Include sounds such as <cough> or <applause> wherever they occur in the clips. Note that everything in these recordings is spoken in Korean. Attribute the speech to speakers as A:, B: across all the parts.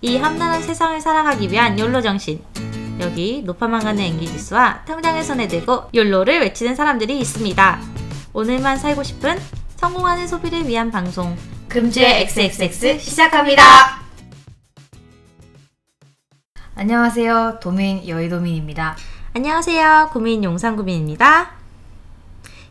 A: 이 험난한 세상을 살아가기 위한 욜로 정신. 여기 노파망간의 엔기지수와 통장을 손에 들고 욜로를 외치는 사람들이 있습니다. 오늘만 살고 싶은 성공하는 소비를 위한 방송. 금주의 XXX 시작합니다.
B: 안녕하세요. 도민 여의도민입니다.
A: 안녕하세요. 구민 용산구민입니다.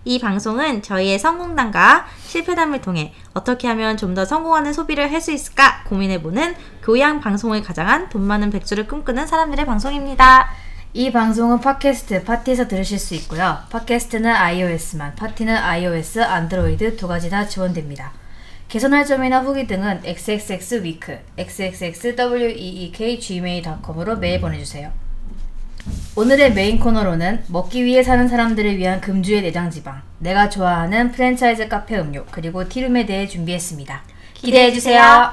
A: 이 방송은 저희의 성공담과 실패담을 통해 어떻게 하면 좀 더 성공하는 소비를 할 수 있을까 고민해보는 교양 방송을 가장한 돈 많은 백수를 꿈꾸는 사람들의 방송입니다.
B: 이 방송은 팟캐스트, 파티에서 들으실 수 있고요. 팟캐스트는 iOS만, 파티는 iOS, 안드로이드 두 가지 다 지원됩니다. 개선할 점이나 후기 등은 xxxweek, xxxweekgmail.com으로 메일 보내주세요. 오늘의 메인 코너로는 먹기 위해 사는 사람들을 위한 금주의 내장지방, 내가 좋아하는 프랜차이즈 카페 음료, 그리고 티룸에 대해 준비했습니다. 기대해주세요.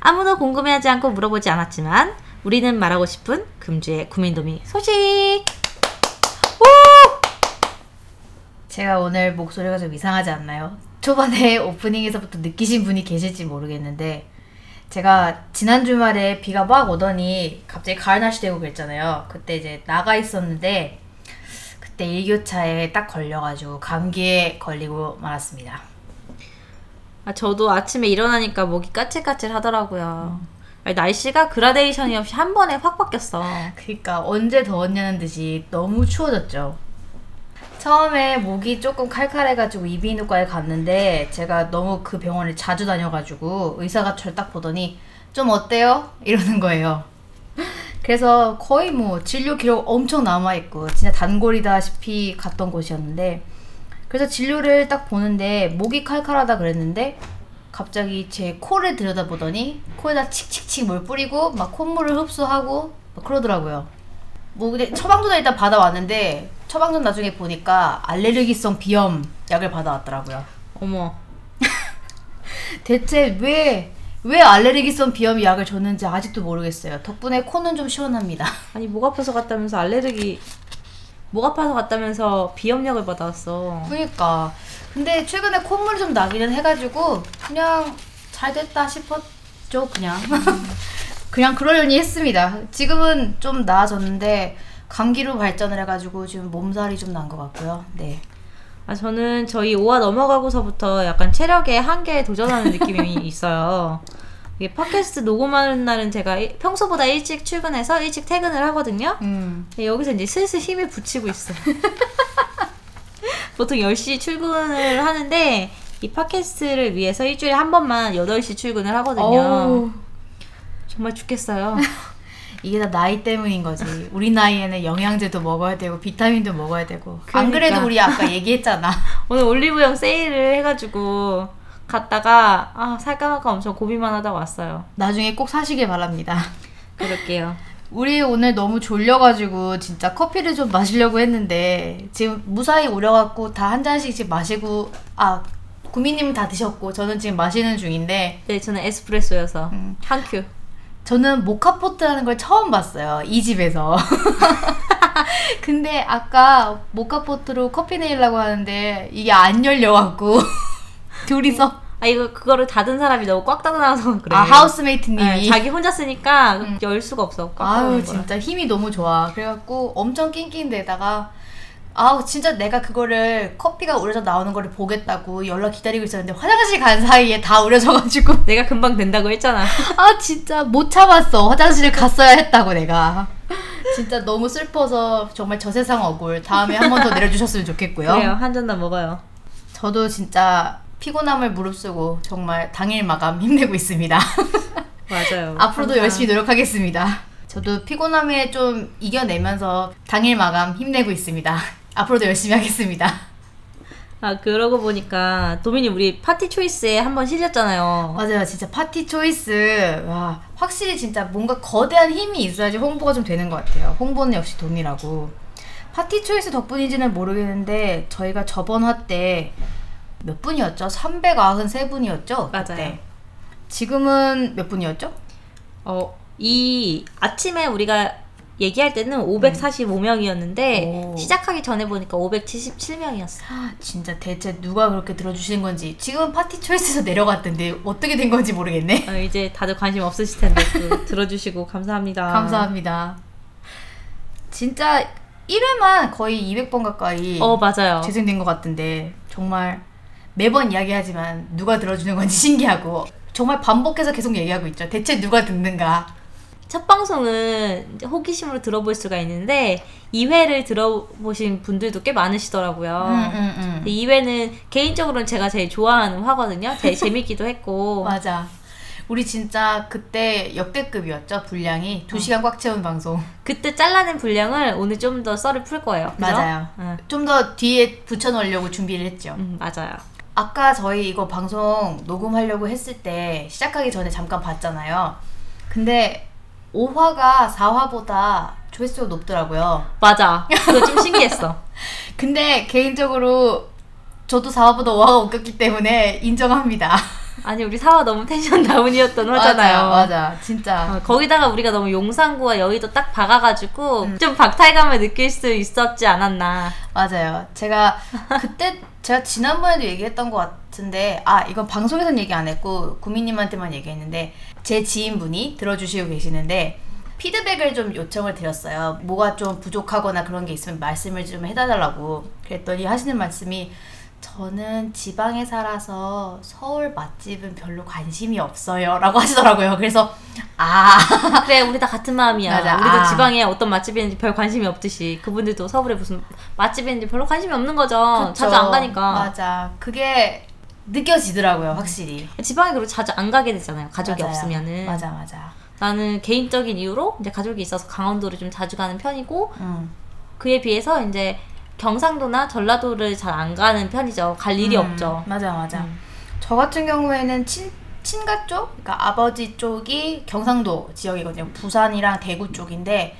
A: 아무도 궁금해하지 않고 물어보지 않았지만 우리는 말하고 싶은 금주의 구민도미 소식!
B: 제가 오늘 목소리가 좀 이상하지 않나요? 초반에 <laughs> 오프닝에서부터 느끼신 분이 계실지 모르겠는데 제가 지난 주말에 비가 막 오더니 갑자기 가을 날씨 되고 그랬잖아요. 그때 이제 나가 있었는데 그때 일교차에 딱 걸려가지고 감기에 걸리고 말았습니다.
A: 아, 저도 아침에 일어나니까 목이 까칠까칠 하더라고요. 아니, 날씨가 그라데이션이 없이 한 번에 확 바뀌었어.
B: 그러니까 언제 더웠냐는 듯이 너무 추워졌죠. 처음에 목이 조금 칼칼해가지고 이비인후과에 갔는데 제가 너무 그 병원을 자주 다녀가지고 의사가 저를 딱 보더니 좀 어때요? 이러는 거예요. 그래서 거의 뭐 진료 기록 엄청 남아있고 진짜 단골이다시피 갔던 곳이었는데 그래서 진료를 딱 보는데 목이 칼칼하다 그랬는데 갑자기 제 코를 들여다보더니 코에다 칙칙칙 물 뿌리고 막 콧물을 흡수하고 막 그러더라고요. 뭐 근데 처방전을 일단 받아왔는데 처방전 나중에 보니까 알레르기성 비염 약을 받아왔더라고요.
A: 어머,
B: 대체 왜, 왜 알레르기성 비염 약을 줬는지 아직도 모르겠어요. 덕분에 코는 좀 시원합니다.
A: 아니 목 아파서 갔다면서 알레르기 목 아파서 갔다면서 비염약을 받아왔어.
B: 그니까. 그러니까. 근데 최근에 콧물이 좀 나기는 해가지고 그냥 잘 됐다 싶었죠, 그냥. <laughs> 그냥 그러려니 했습니다. 지금은 좀 나아졌는데 감기로 발전을 해가지고 지금 몸살이 좀 난 것 같고요. 네.
A: 아 저는 저희 5화 넘어가고서부터 약간 체력의 한계에 도전하는 느낌이 있어요. 이게 팟캐스트 녹음하는 날은 제가 일- 평소보다 일찍 출근해서 일찍 퇴근을 하거든요.
B: 음.
A: 근데 네, 여기서 이제 슬슬 힘을 붙이고 있어요. <laughs> 보통 10시 출근을 하는데 이 팟캐스트를 위해서 일주일에 한 번만 8시 출근을 하거든요.
B: 어우,
A: 정말 죽겠어요.
B: 이게 다 나이 때문인 거지. 우리 나이에는 영양제도 먹어야 되고 비타민도 먹어야 되고.
A: 그러니까.
B: 안 그래도 우리 아까 얘기했잖아. <laughs>
A: 오늘 올리브영 세일을 해가지고 갔다가 아 살까 말까 엄청 고민만 하다 왔어요.
B: 나중에 꼭 사시길 바랍니다.
A: 그럴게요.
B: 우리 오늘 너무 졸려가지고 진짜 커피를 좀 마시려고 했는데 지금 무사히 오려갖고 다 한 잔씩 지금 마시고 아 구미님은 다 드셨고 저는 지금 마시는 중인데
A: 네, 저는 에스프레소여서
B: 음.
A: 한 큐.
B: 저는 모카포트라는 걸 처음 봤어요 이 집에서 <laughs> 근데 아까 모카포트로 커피 내려고 하는데 이게 안 열려갖고 <laughs> 둘이서
A: 아 이거 그거를 닫은 사람이 너무 꽉 닫아놔서 <laughs> 그래.
B: 아 하우스메이트님이 음.
A: 네, 자기 혼자 쓰니까 열 수가 없어. 꽉
B: 아유
A: 닫는 거라.
B: 진짜 힘이 너무 좋아 그래갖고 엄청 낑낑대다가 아우 진짜 내가 그거를 커피가 우려져 나오는 거를 보겠다고 연락 기다리고 있었는데 화장실 간 사이에 다 우려져가지고 <laughs>
A: 내가 금방 된다고 했잖아.
B: 아 진짜 못 참았어 화장실을 갔어야 했다고 내가 진짜 너무 슬퍼서 정말 저 세상 억울 다음에 한 번 더 내려주셨으면 좋겠고요
A: 그래요. 한 잔 더 먹어요.
B: 저도 진짜 피곤함을 무릅쓰고 정말 당일 마감 힘내고 있습니다 <laughs>
A: 맞아요.
B: 앞으로도
A: 항상.
B: 열심히 노력하겠습니다. 저도 피곤함에 좀 이겨내면서 당일 마감 힘내고 있습니다. 앞으로도 열심히 하겠습니다.
A: 아 그러고 보니까 도민이 우리 파티 초이스에 한 번 실렸잖아요.
B: 어, 맞아요. 진짜 파티 초이스. 와, 확실히 진짜 뭔가 거대한 힘이 있어야지 홍보가 좀 되는 것 같아요. 홍보는 역시 돈이라고. 파티 초이스 덕분인지는 모르겠는데 저희가 저번 화 때 몇 분이었죠? 393분이었죠?
A: 맞아요.
B: 지금은 몇 분이었죠?
A: 어, 이 아침에 우리가 얘기할 때는 545명이었는데
B: 오.
A: 시작하기 전에 보니까 577명이었어.
B: 진짜 대체 누가 그렇게 들어주시는 건지 지금 파티 초이스에서 내려갔던데 어떻게 된 건지 모르겠네.
A: 어, 이제 다들 관심 없으실 텐데 <laughs> 또 들어주시고 감사합니다.
B: 감사합니다. 진짜 1회만 거의 200번 가까이
A: 어 맞아요.
B: 재생된 것 같은데 정말 매번 이야기하지만 누가 들어주는 건지 신기하고 정말 반복해서 계속 얘기하고 있죠. 대체 누가 듣는가?
A: 첫 방송은 이제 호기심으로 들어볼 수가 있는데 2회를 들어보신 분들도 꽤 많으시더라고요.
B: 음, 음, 음.
A: 2회는 개인적으로는 제가 제일 좋아하는 화거든요. <laughs> 제일 재밌기도 했고.
B: 맞아. 우리 진짜 그때 역대급이었죠 분량이
A: 어.
B: 2 시간 꽉 채운 방송.
A: 그때 잘라낸 분량을 오늘 좀 더 썰을 풀 거예요. 그죠?
B: 맞아요.
A: 응.
B: 좀 더 뒤에 붙여놓으려고 준비를 했죠.
A: 음, 맞아요.
B: 아까 저희 이거 방송 녹음하려고 했을 때 시작하기 전에 잠깐 봤잖아요. 근데 5화가 4화보다 조회수가 높더라고요.
A: 맞아. 그거 좀 신기했어.
B: <laughs> 근데 개인적으로 저도 4화보다 5화가 웃겼기 때문에 인정합니다.
A: 아니 우리 사화 너무 텐션 다운이었던 화잖아요.
B: 맞아, 맞아. 진짜.
A: 어, 거기다가 우리가 너무 용산구와 여의도 딱 박아가지고
B: 음.
A: 좀 박탈감을 느낄 수 있었지 않았나.
B: 맞아요.
A: <laughs>
B: 제가 그때 제가 지난번에도 얘기했던 것 같은데 아 이건 방송에선 얘기 안 했고 구미님한테만 얘기했는데 제 지인분이 들어주시고 계시는데 피드백을 좀 요청을 드렸어요. 뭐가 좀 부족하거나 그런 게 있으면 말씀을 좀 해달라고 그랬더니 하시는 말씀이 저는 지방에 살아서 서울 맛집은 별로 관심이 없어요 라고 하시더라고요. 그래서 아
A: 그래 우리 다 같은 마음이야.
B: 맞아.
A: 우리도
B: 아.
A: 지방에 어떤 맛집이 있는지 별 관심이 없듯이 그분들도 서울에 무슨 맛집이 있는지 별로 관심이 없는 거죠.
B: 그쵸.
A: 어, 자주 안 가니까.
B: <laughs> 맞아 그게 느껴지더라고요 확실히
A: 지방에 그리고 자주 안 가게 되잖아요. 가족이
B: 맞아요.
A: 없으면은.
B: 맞아 맞아
A: 나는 개인적인 이유로 이제 가족이 있어서 강원도를 좀 자주 가는 편이고
B: 음.
A: 그에 비해서 이제 경상도나 전라도를 잘 안 가는 편이죠. 갈 일이
B: 음,
A: 없죠.
B: 맞아 맞아
A: 음.
B: 저 같은 경우에는 친 친가 쪽 그러니까 아버지 쪽이 경상도 지역이거든요 부산이랑 대구 쪽인데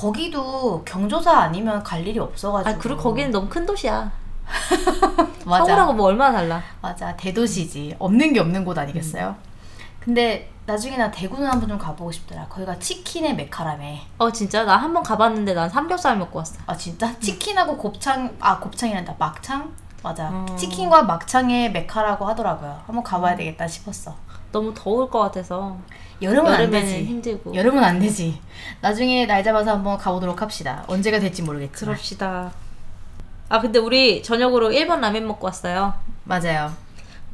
B: 거기도 경조사 아니면 갈 일이 없어가지고
A: 아 그리고 거기는 너무 큰 도시야.
B: 맞아.
A: 서울하고 뭐 얼마나 달라.
B: 맞아 대도시지 없는 게 없는 곳 아니겠어요
A: 음.
B: 근데 나중에 나 대구는 한번 좀 가보고 싶더라 거기가 치킨의 메카라며
A: 어 진짜 나 한 번 가봤는데 난 삼겹살 먹고 왔어.
B: 아 진짜 치킨하고 곱창 아 곱창이란다 막창 맞아
A: 어. 음.
B: 치킨과 막창의 메카라고 하더라고요 한번 가봐야 되겠다 싶었어
A: 너무 더울 것 같아서
B: 여름은 안
A: 여름에는
B: 되지
A: 힘들고.
B: 여름은 안 되지 나중에 날 잡아서 한번 가보도록 합시다 언제가 될지 모르겠지만
A: 그럽시다. 아 근데 우리 저녁으로 일본 라면 먹고 왔어요.
B: 맞아요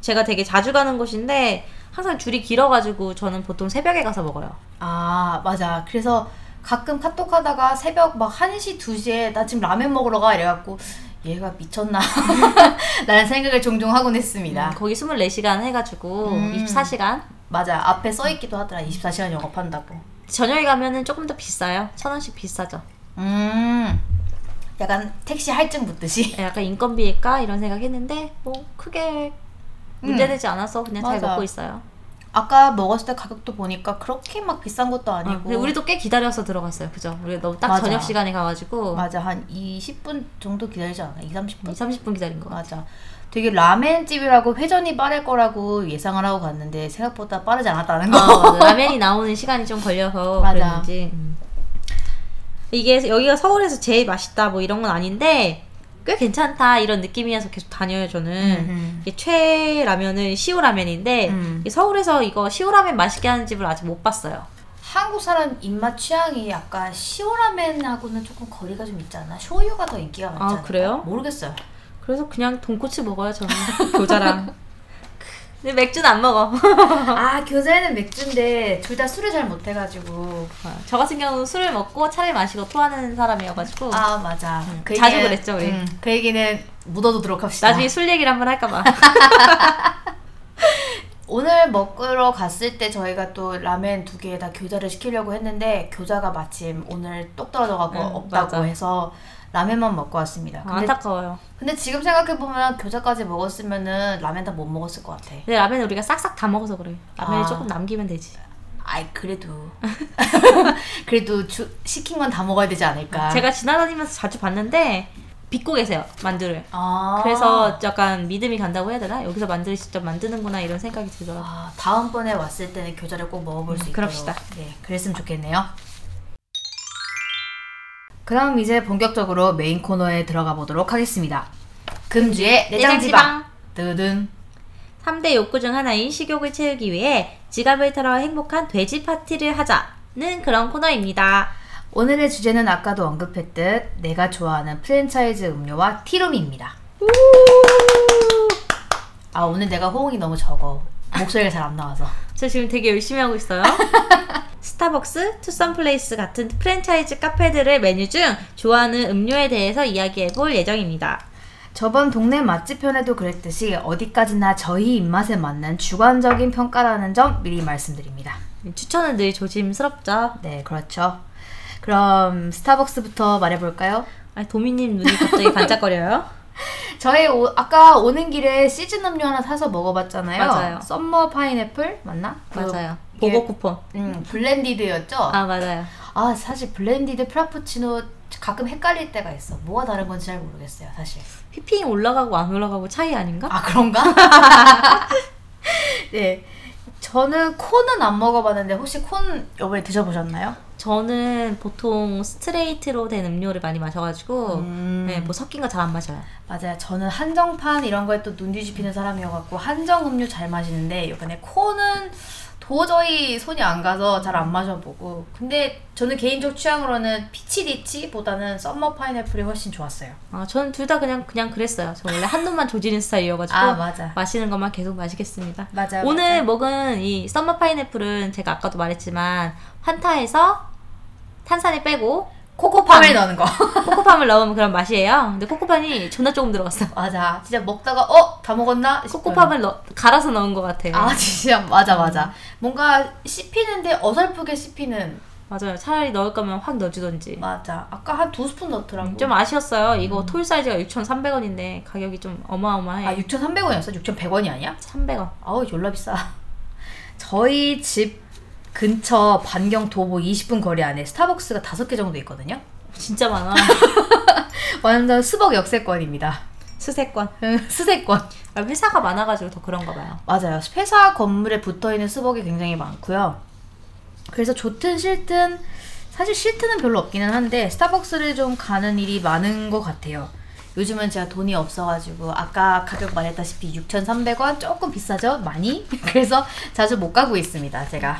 A: 제가 되게 자주 가는 곳인데 항상 줄이 길어가지고 저는 보통 새벽에 가서 먹어요.
B: 아 맞아 그래서 가끔 카톡 하다가 새벽 막 1시 2시에 나 지금 라면 먹으러 가 이래갖고 얘가 미쳤나 <laughs> 라는 생각을 종종 하곤 했습니다
A: 음, 거기 24시간 해가지고
B: 음.
A: 24시간
B: 맞아 앞에 써있기도 하더라 24시간 영업한다고
A: 저녁에 가면은 조금 더 비싸요. 천 원씩 비싸죠.
B: 음 약간 택시 할증 붙듯이 <laughs>
A: 예, 약간 인건비일까 이런 생각했는데 뭐 크게 문제되지 않아서 그냥
B: 음. 맞아.
A: 잘 먹고 있어요.
B: 아까 먹었을 때 가격도 보니까 그렇게 막 비싼 것도
A: 어,
B: 아니고
A: 근데 우리도 꽤 기다려서 들어갔어요. 그죠? 우리가 너무 딱
B: 맞아.
A: 저녁 시간에 가가지고
B: 맞아 한 20분 정도 기다리지 않아 2, 30분?
A: 2, 30분 기다린 거.
B: 맞아 되게 라멘집이라고 회전이 빠를 거라고 예상을 하고 갔는데 생각보다 빠르지 않았다는 거
A: 어, 맞아. 라면이 나오는 시간이 좀 걸려서
B: 맞아.
A: 그랬는지 음. 이게 여기가 서울에서 제일 맛있다 뭐 이런 건 아닌데 꽤 괜찮다 이런 느낌이어서 계속 다녀요 저는
B: 음,
A: 이게 최애 라면은 시우라면인데
B: 음.
A: 이게 서울에서 이거 시우라면 맛있게 하는 집을 아직 못 봤어요
B: 한국 사람 입맛 취향이 약간 시오라멘하고는 조금 거리가 좀 있지 않나? 쇼유가 더 인기가 많지
A: 아,
B: 않나?
A: 그래요?
B: 모르겠어요
A: 그래서 그냥 돈코츠 먹어요
B: <laughs>
A: 저는 교자랑 근데 맥주는 안 먹어 <laughs>
B: 아 교자에는 맥주인데 둘 다 술을 잘 못해가지고
A: 저 같은 경우는 술을 먹고 차를 마시고 토하는 사람이어가지고
B: 아 맞아 그
A: 음. 자주 그랬죠, 우리.
B: 그 얘기는 묻어두도록 합시다
A: 나중에 술 얘기를 한번
B: <laughs>
A: 할까봐
B: 오늘 먹으러 갔을 때 저희가 또 라멘 두 개에다 교자를 시키려고 했는데 교자가 마침 오늘 똑 떨어져가고
A: 응,
B: 없다고
A: 음, 맞아. 아,
B: 해서 라멘만 먹고 왔습니다. 근데,
A: 안타까워요
B: 근데 지금 생각해보면 교자까지 먹었으면은 라멘 다 못 먹었을 것 같아.
A: 근데 라면은 우리가 싹싹 다 먹어서 그래. 라면이
B: 아.
A: 조금 남기면 되지.
B: 아이
A: <laughs>
B: 그래도 <laughs> 그래도 주, 시킨 건 다 먹어야 되지 않을까.
A: 제가 지나다니면서 자주 봤는데 빚고 계세요 만두를.
B: 아.
A: 그래서 약간 믿음이 간다고 해야 되나? 여기서 만두를 직접 만드는구나 이런 생각이 들더라고요.
B: 아, 다음번에 그 음, 왔을 때는 교자를 꼭 먹어볼 수 있도록 예,
A: 그럽시다.
B: 네, 그랬으면 좋겠네요. 그럼 이제 본격적으로 메인 코너에 들어가 보도록 하겠습니다. 금주의 내장지방. 뜨든.
A: 3대 욕구 중 하나인 식욕을 채우기 위해 지갑을 털어 행복한 돼지 파티를 하자는 그런 코너입니다.
B: 오늘의 주제는 아까도 언급했듯 내가 좋아하는 프랜차이즈 음료와 티룸입니다. 아 오늘 내가 호응이 너무 적어. 목소리가 잘 안 나와서.
A: 저 지금 되게 열심히 하고
B: <laughs>
A: 있어요. 스타벅스, 투썸플레이스 같은 프랜차이즈 카페들의 메뉴 중 좋아하는 음료에 대해서 이야기해 볼 예정입니다.
B: 저번 동네 맛집 편에도 그랬듯이 어디까지나 저희 입맛에 맞는 주관적인 평가라는 점 미리 말씀드립니다.
A: 추천은 늘 조심스럽죠.
B: 네, 그렇죠. 그럼 스타벅스부터 말해볼까요?
A: 아니, 도미님 눈이 갑자기
B: <laughs>
A: 반짝거려요.
B: 저희 오- 아까 오는 길에 시즌 음료 하나 사서 먹어봤잖아요.
A: 맞아요.
B: 썸머 파인애플 맞나? 그-
A: 맞아요.
B: 이게-
A: 보고 쿠폰.
B: 음, 블렌디드였죠?
A: 아, 맞아요.
B: 아 사실 블렌디드 프라푸치노 가끔 헷갈릴 때가 있어. 뭐가 다른 건지 잘 모르겠어요, 사실.
A: 휘핑 올라가고 안 올라가고 차이 아닌가?
B: 아 그런가? <laughs> 네. 저는 콘은 안 먹어봤는데 혹시 콘 이번에 드셔보셨나요?
A: 저는 보통 스트레이트로 된 음료를 많이 마셔가지고,
B: 음.
A: 네, 뭐 섞인 거 잘 안 마셔요.
B: 맞아요. 저는 한정판 이런 거에 또 눈 뒤집히는 사람이어갖고 한정 음료 잘 마시는데 이번에 콘은 도저히 손이 안 가서 잘 안 마셔보고 근데 저는 개인적 취향으로는 피치디치보다는 썸머 파인애플이 훨씬 좋았어요.
A: 아, 저는 둘 다 그냥, 그냥 그랬어요. 저 원래 한 놈만 조지는 스타일이어가지고,
B: 맞아.
A: 마시는 것만 계속 마시겠습니다.
B: 맞아요.
A: 오늘 먹은 이 썸머 파인애플은 제가 아까도 말했지만, 환타에서 탄산을 빼고
B: 코코팜을 넣는 <laughs> 거.
A: 코코팜을 넣으면 그런 맛이에요. 근데 코코팜이 존나 조금 들어갔어.
B: 맞아. 진짜 먹다가 어? 다 먹었나? 싶어요.
A: 코코팜을 넣, 갈아서 넣은 것 같아요.
B: 아 <laughs> 진짜 맞아 맞아. 뭔가 씹히는데 어설프게 씹히는
A: 맞아요. 차라리 넣을 거면 확 넣어주던지.
B: 맞아. 음. 아까 한 두 스푼 넣더라고.
A: 좀 아쉬웠어요. 이거 톨 사이즈가 6,300원인데 가격이 좀 어마어마해.
B: 아 6,300원이었어? 6,100원이 아니야?
A: 300원.
B: 아우 졸라 비싸. <laughs> 저희 집 근처 반경 도보 20분 거리 안에 스타벅스가 다섯 개 정도 있거든요.
A: 진짜 많아. <laughs>
B: 완전 수벅 역세권입니다.
A: 수세권.
B: <laughs> 수세권.
A: 아, 회사가 많아가지고 더 그런가 봐요.
B: 맞아요. 회사 건물에 붙어 있는 수벅이 굉장히 많고요. 그래서 좋든 싫든 사실 싫든은 별로 없기는 한데 스타벅스를 좀 가는 일이 많은 것 같아요. 요즘은 제가 돈이 없어가지고 아까 가격 말했다시피 6,300원 조금 비싸죠? 많이? <laughs> 그래서 자주 못 가고 있습니다. 제가.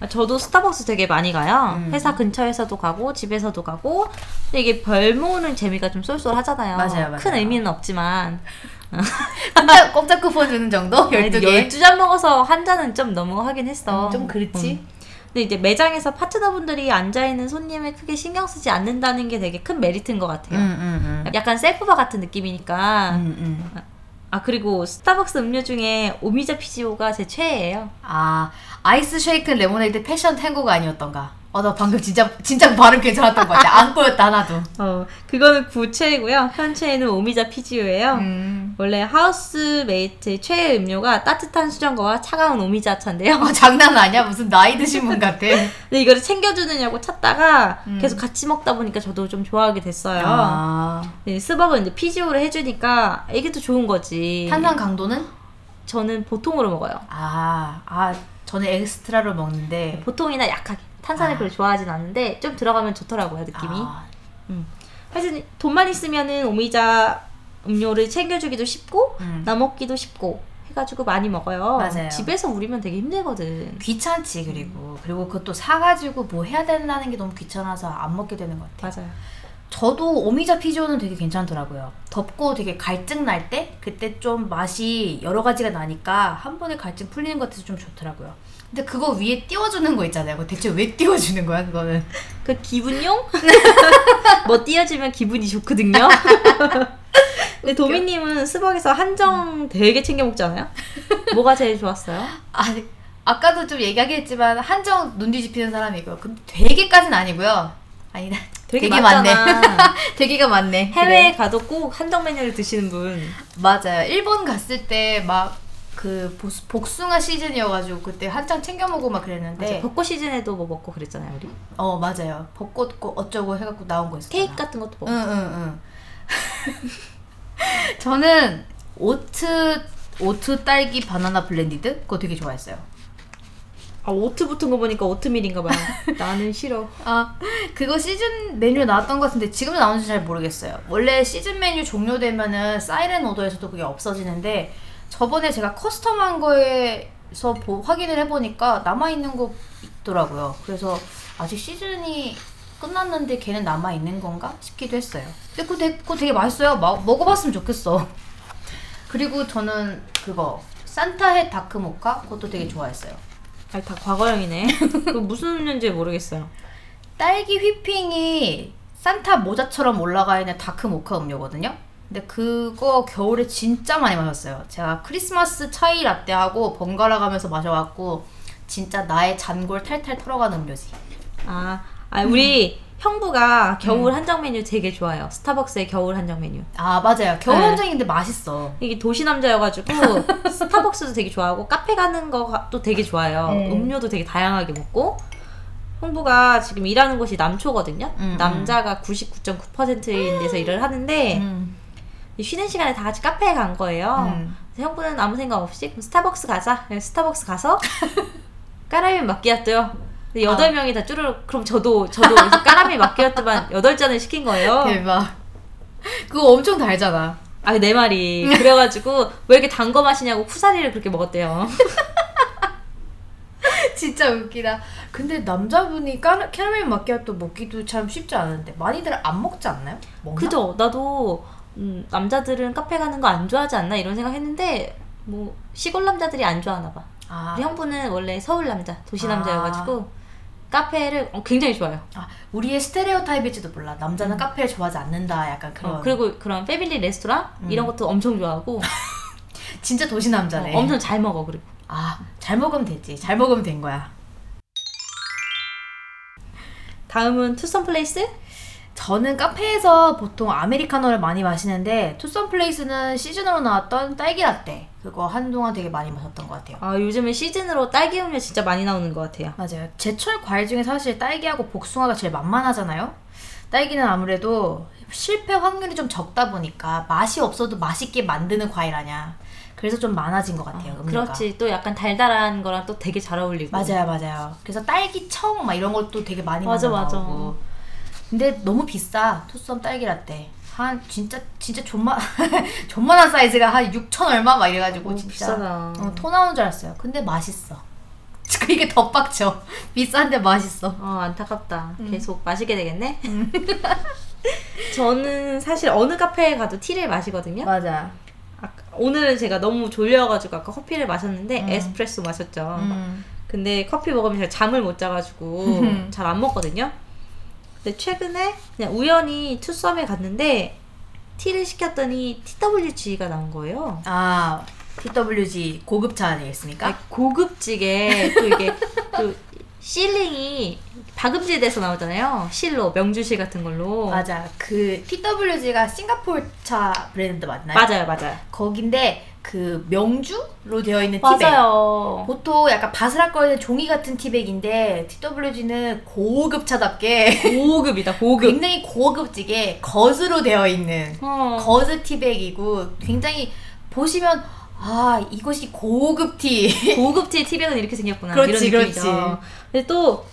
A: 아, 저도 스타벅스 되게 많이 가요.
B: 음.
A: 회사 근처에서도 가고 집에서도 가고. 근데 이게 별 모으는 재미가 좀 쏠쏠하잖아요.
B: 맞아요, 맞아요.
A: 큰 의미는 없지만 아,
B: 꼼짝, 꼼짝 쿠폰 주는 정도? 12개? 음,
A: 12잔 먹어서 한 잔은 좀 넘어가긴 했어. 음.
B: 좀 그렇지?
A: 근데 이제 매장에서 파트너분들이 앉아있는 손님을 크게 신경 쓰지 않는다는 게 되게 큰 메리트인 것 같아요.
B: 음,
A: 약간 셀프바 같은 느낌이니까.
B: 음.
A: 아, 그리고 스타벅스 음료 중에 오미자 피지오가 제 최애예요.
B: 아, 아이스 쉐이크 레모네이드 패션 탱고가 아니었던가? 어, 나 방금 진짜, 진짜 발음 괜찮았던 것 같아. 안 꼬였다, 하나도.
A: 어, 그거는 구최이고요. 현최는 오미자 피지오예요.
B: 음.
A: 원래 하우스메이트의 최애 음료가 따뜻한 수정거와 차가운 오미자 차인데요. <laughs>
B: 어, 장난 아니야? 무슨 나이 드신 분 같아.
A: 근데 이거를 챙겨주느냐고 찾다가
B: 음.
A: 계속 같이 먹다 보니까 저도 좀 좋아하게 됐어요.
B: 아.
A: 네, 스벅은 이제 피지오를 해주니까 이게 또 좋은 거지.
B: 탄산 강도는?
A: 저는 보통으로 먹어요.
B: 아, 아, 저는 엑스트라로 먹는데.
A: 보통이나 약하게. 탄산을
B: 아.
A: 별로 좋아하진 않는데 좀 들어가면 좋더라고요 느낌이.
B: 아,
A: 하여튼 돈만 있으면은 오미자 음료를 챙겨주기도 쉽고
B: 음.
A: 나먹기도 쉽고 해가지고 많이 먹어요.
B: 맞아요.
A: 집에서 우리면 되게 힘들거든.
B: 귀찮지, 그리고. 그리고 그것도 사가지고 뭐 해야 된다는 게 너무 귀찮아서 안 먹게 되는 것 같아.
A: 맞아요.
B: 저도 오미자 피조는 되게 괜찮더라고요. 덥고 되게 갈증 날 때, 그때 좀 맛이 여러 가지가 나니까 한 번에 갈증 풀리는 것 같아서 좀 좋더라고요. 근데 그거 위에 띄워주는 거 있잖아요. 그거 대체 왜 띄워주는 거야, 그거는? <laughs>
A: 그 기분용? 뭐 띄어지면 기분이
B: <laughs>
A: 좋거든요. 근데 도미님은 스벅에서 한정 되게 챙겨 먹잖아요. 뭐가 제일 좋았어요?
B: 아, 아까도 좀 얘기하긴 했지만, 한정 눈 뒤집히는 사람이고요. 근데 되게까진 아니고요. 아니다. <laughs> 되게, 많네. <laughs>
A: 많잖아.
B: 되게가 많네.
A: 해외에
B: 그래.
A: 가도 꼭 한정 메뉴를 드시는 분.
B: 맞아요. 일본 갔을 때 막 그 복숭아 시즌이어가지고 그때 한창 챙겨 먹고 막 그랬는데.
A: 맞아. 벚꽃 시즌에도 뭐 먹고 그랬잖아요, 우리.
B: 어 네. 맞아요 벚꽃 꽃 어쩌고 해갖고 나온 거 있었잖아
A: 케이크 같은 것도 먹고.
B: 응응응 <laughs> 저는 오트 오트 딸기 바나나 블렌디드 그거 되게 좋아했어요
A: 아 오트 붙은 거 보니까 오트밀인가
B: <laughs>
A: 봐요. 나는 싫어.
B: 아, 그거 시즌 메뉴 나왔던 것 같은데 지금도 나오는지 잘 모르겠어요. 원래 시즌 메뉴 종료되면은 사이렌 오더에서도 그게 없어지는데 저번에 제가 커스텀한 거에서 보- 확인을 해보니까 남아있는 거 있더라고요. 그래서 아직 시즌이 끝났는데 걔는 남아있는 건가 싶기도 했어요. 근데 그거 되게, 그거 되게 맛있어요. 마- 먹어봤으면 좋겠어. 그리고 저는 그거 산타햇 다크모카 그것도 되게 좋아했어요.
A: 아니 다 과거형이네.
B: <laughs>
A: 그 무슨 음료인지 모르겠어요.
B: 딸기 휘핑이 산타 모자처럼 올라가 있는 다크 모카 음료거든요. 근데 그거 겨울에 진짜 많이 마셨어요. 제가 크리스마스 차이 라떼하고 번갈아 가면서 마셔왔고 진짜 나의 잔골 탈탈 털어가는 음료지.
A: 아, 아 우리 형부가
B: 음.
A: 겨울 한정 메뉴 되게 좋아요. 스타벅스의 겨울 한정 메뉴.
B: 아 맞아요. 겨울
A: 네.
B: 한정인데 맛있어.
A: 이게 도시
B: <laughs>
A: 남자여가지고 스타벅스도 되게 좋아하고 카페 가는 것도 되게 좋아요.
B: 음.
A: 음. 료도 되게 다양하게 먹고 홍보가 지금 일하는 곳이 남초거든요.
B: 음,
A: 남자가 99.9%인 데서 일을 하는데
B: 음.
A: 쉬는 시간에 다 같이 카페에 간 거예요.
B: 음.
A: 그래서 형부는 아무 생각 없이 그럼 스타벅스 가자. 그래서 스타벅스
B: <laughs>
A: 가서 까라미 마끼아또요. 근데 여덟 명이 다 쭈르륵 그럼 저도 저도 그래서 까라미
B: <laughs>
A: 마끼아또만 여덟 잔을 시킨 거예요.
B: 대박. 그거 엄청 달잖아. <laughs>
A: 아 내 말이 그래가지고 왜 이렇게 단 거 마시냐고 쿠사리를 그렇게 먹었대요.
B: <laughs> 진짜 웃기다. 근데 남자분이 까르, 캐러멜 마키아또 먹기도 참 쉽지 않은데 많이들 안 먹지 않나요? 먹나?
A: 그죠? 나도 음, 남자들은 카페 가는 거 안 좋아하지 않나 이런 생각했는데 뭐 시골 남자들이 안 좋아하나 봐.
B: 아,
A: 우리 형부는 원래 서울 남자, 도시
B: 아.
A: 남자여가지고 카페를 어, 굉장히 좋아요.
B: 아, 우리의 스테레오 타입일지도 몰라. 남자는
A: 음.
B: 카페를 좋아하지 않는다. 약간 그런.
A: 어, 그리고 그런 패밀리 레스토랑
B: 음.
A: 이런 것도 엄청 좋아하고
B: 진짜 도시 남자네.
A: 어, 엄청 잘 먹어 그리고.
B: 아, 잘 먹으면 됐지. 잘 먹으면 된 거야.
A: 다음은 투썸 플레이스?
B: 저는 카페에서 보통 아메리카노를 많이 마시는데 투썸 플레이스는 시즌으로 나왔던 딸기 라떼 그거 한동안 되게 많이 마셨던 것 같아요.
A: 아 요즘에 시즌으로 딸기 음료 진짜 많이 나오는 것 같아요.
B: 맞아요. 제철 과일 중에 사실 딸기하고 복숭아가 제일 만만하잖아요. 딸기는 아무래도 실패 확률이 좀 적다 보니까 맛이 없어도 맛있게 만드는 과일 아니야. 그래서 좀 많아진 것 같아요.
A: 아,
B: 음료가.
A: 그렇지 또 약간 달달한 거랑 또 되게 잘 어울리고.
B: 맞아요, 맞아요. 그래서 딸기 청 막 이런 것도 되게 많이
A: 맞아,
B: 맞아,
A: 맞아. 어,
B: 맞아. 나오고. 근데 너무 비싸. 투썸 딸기 라떼. 한 진짜 진짜 존만 <laughs> 존만한 사이즈가 한 6천 얼마 막 이래 가지고
A: 오,
B: 진짜
A: 비싸다.
B: 어, 토 나오는 줄 알았어요. 근데 맛있어. <laughs> 그게 더 빡쳐. <laughs> 비싼데 맛있어.
A: 어 안타깝다.
B: 음.
A: 계속 마시게 되겠네. 음. <laughs> 저는 사실 어느 카페에 가도 티를 마시거든요.
B: 맞아.
A: 아까- 오늘은 제가 너무 졸려가지고 아까 커피를 마셨는데
B: 음.
A: 에스프레소 마셨죠.
B: 음.
A: 근데 커피 먹으면 제가 잠을 못 자가지고
B: <laughs> 음.
A: 잘 안 먹거든요. 근데 최근에 그냥 우연히 투썸에 갔는데 티를 시켰더니 TWG가 나온 거예요.
B: 아, PWG 고급차
A: 네,
B: 아니겠습니까?
A: 고급지게 또
B: <laughs>
A: 이게 또 실링이 박음질이 돼서 나오잖아요. 실로 명주실 같은 걸로.
B: 맞아. 그 PWG가 싱가포르 차 브랜드 맞나요?
A: 맞아요, 맞아요.
B: 거긴데 그 명주로 되어 있는 티백.
A: 맞아요.
B: 보통 약간 바스락거리는 종이 같은 티백인데 TWG는 고급차답게
A: 고급이다, 고급.
B: 굉장히 고급지게 거즈로 되어 있는
A: 어.
B: 거즈 티백이고 굉장히 보시면 아 이것이 고급
A: 음. <laughs>
B: 티
A: 고급지 티백은 이렇게 생겼구나.
B: 그렇지,
A: 이런 느낌이죠.
B: 그렇지.
A: 근데 또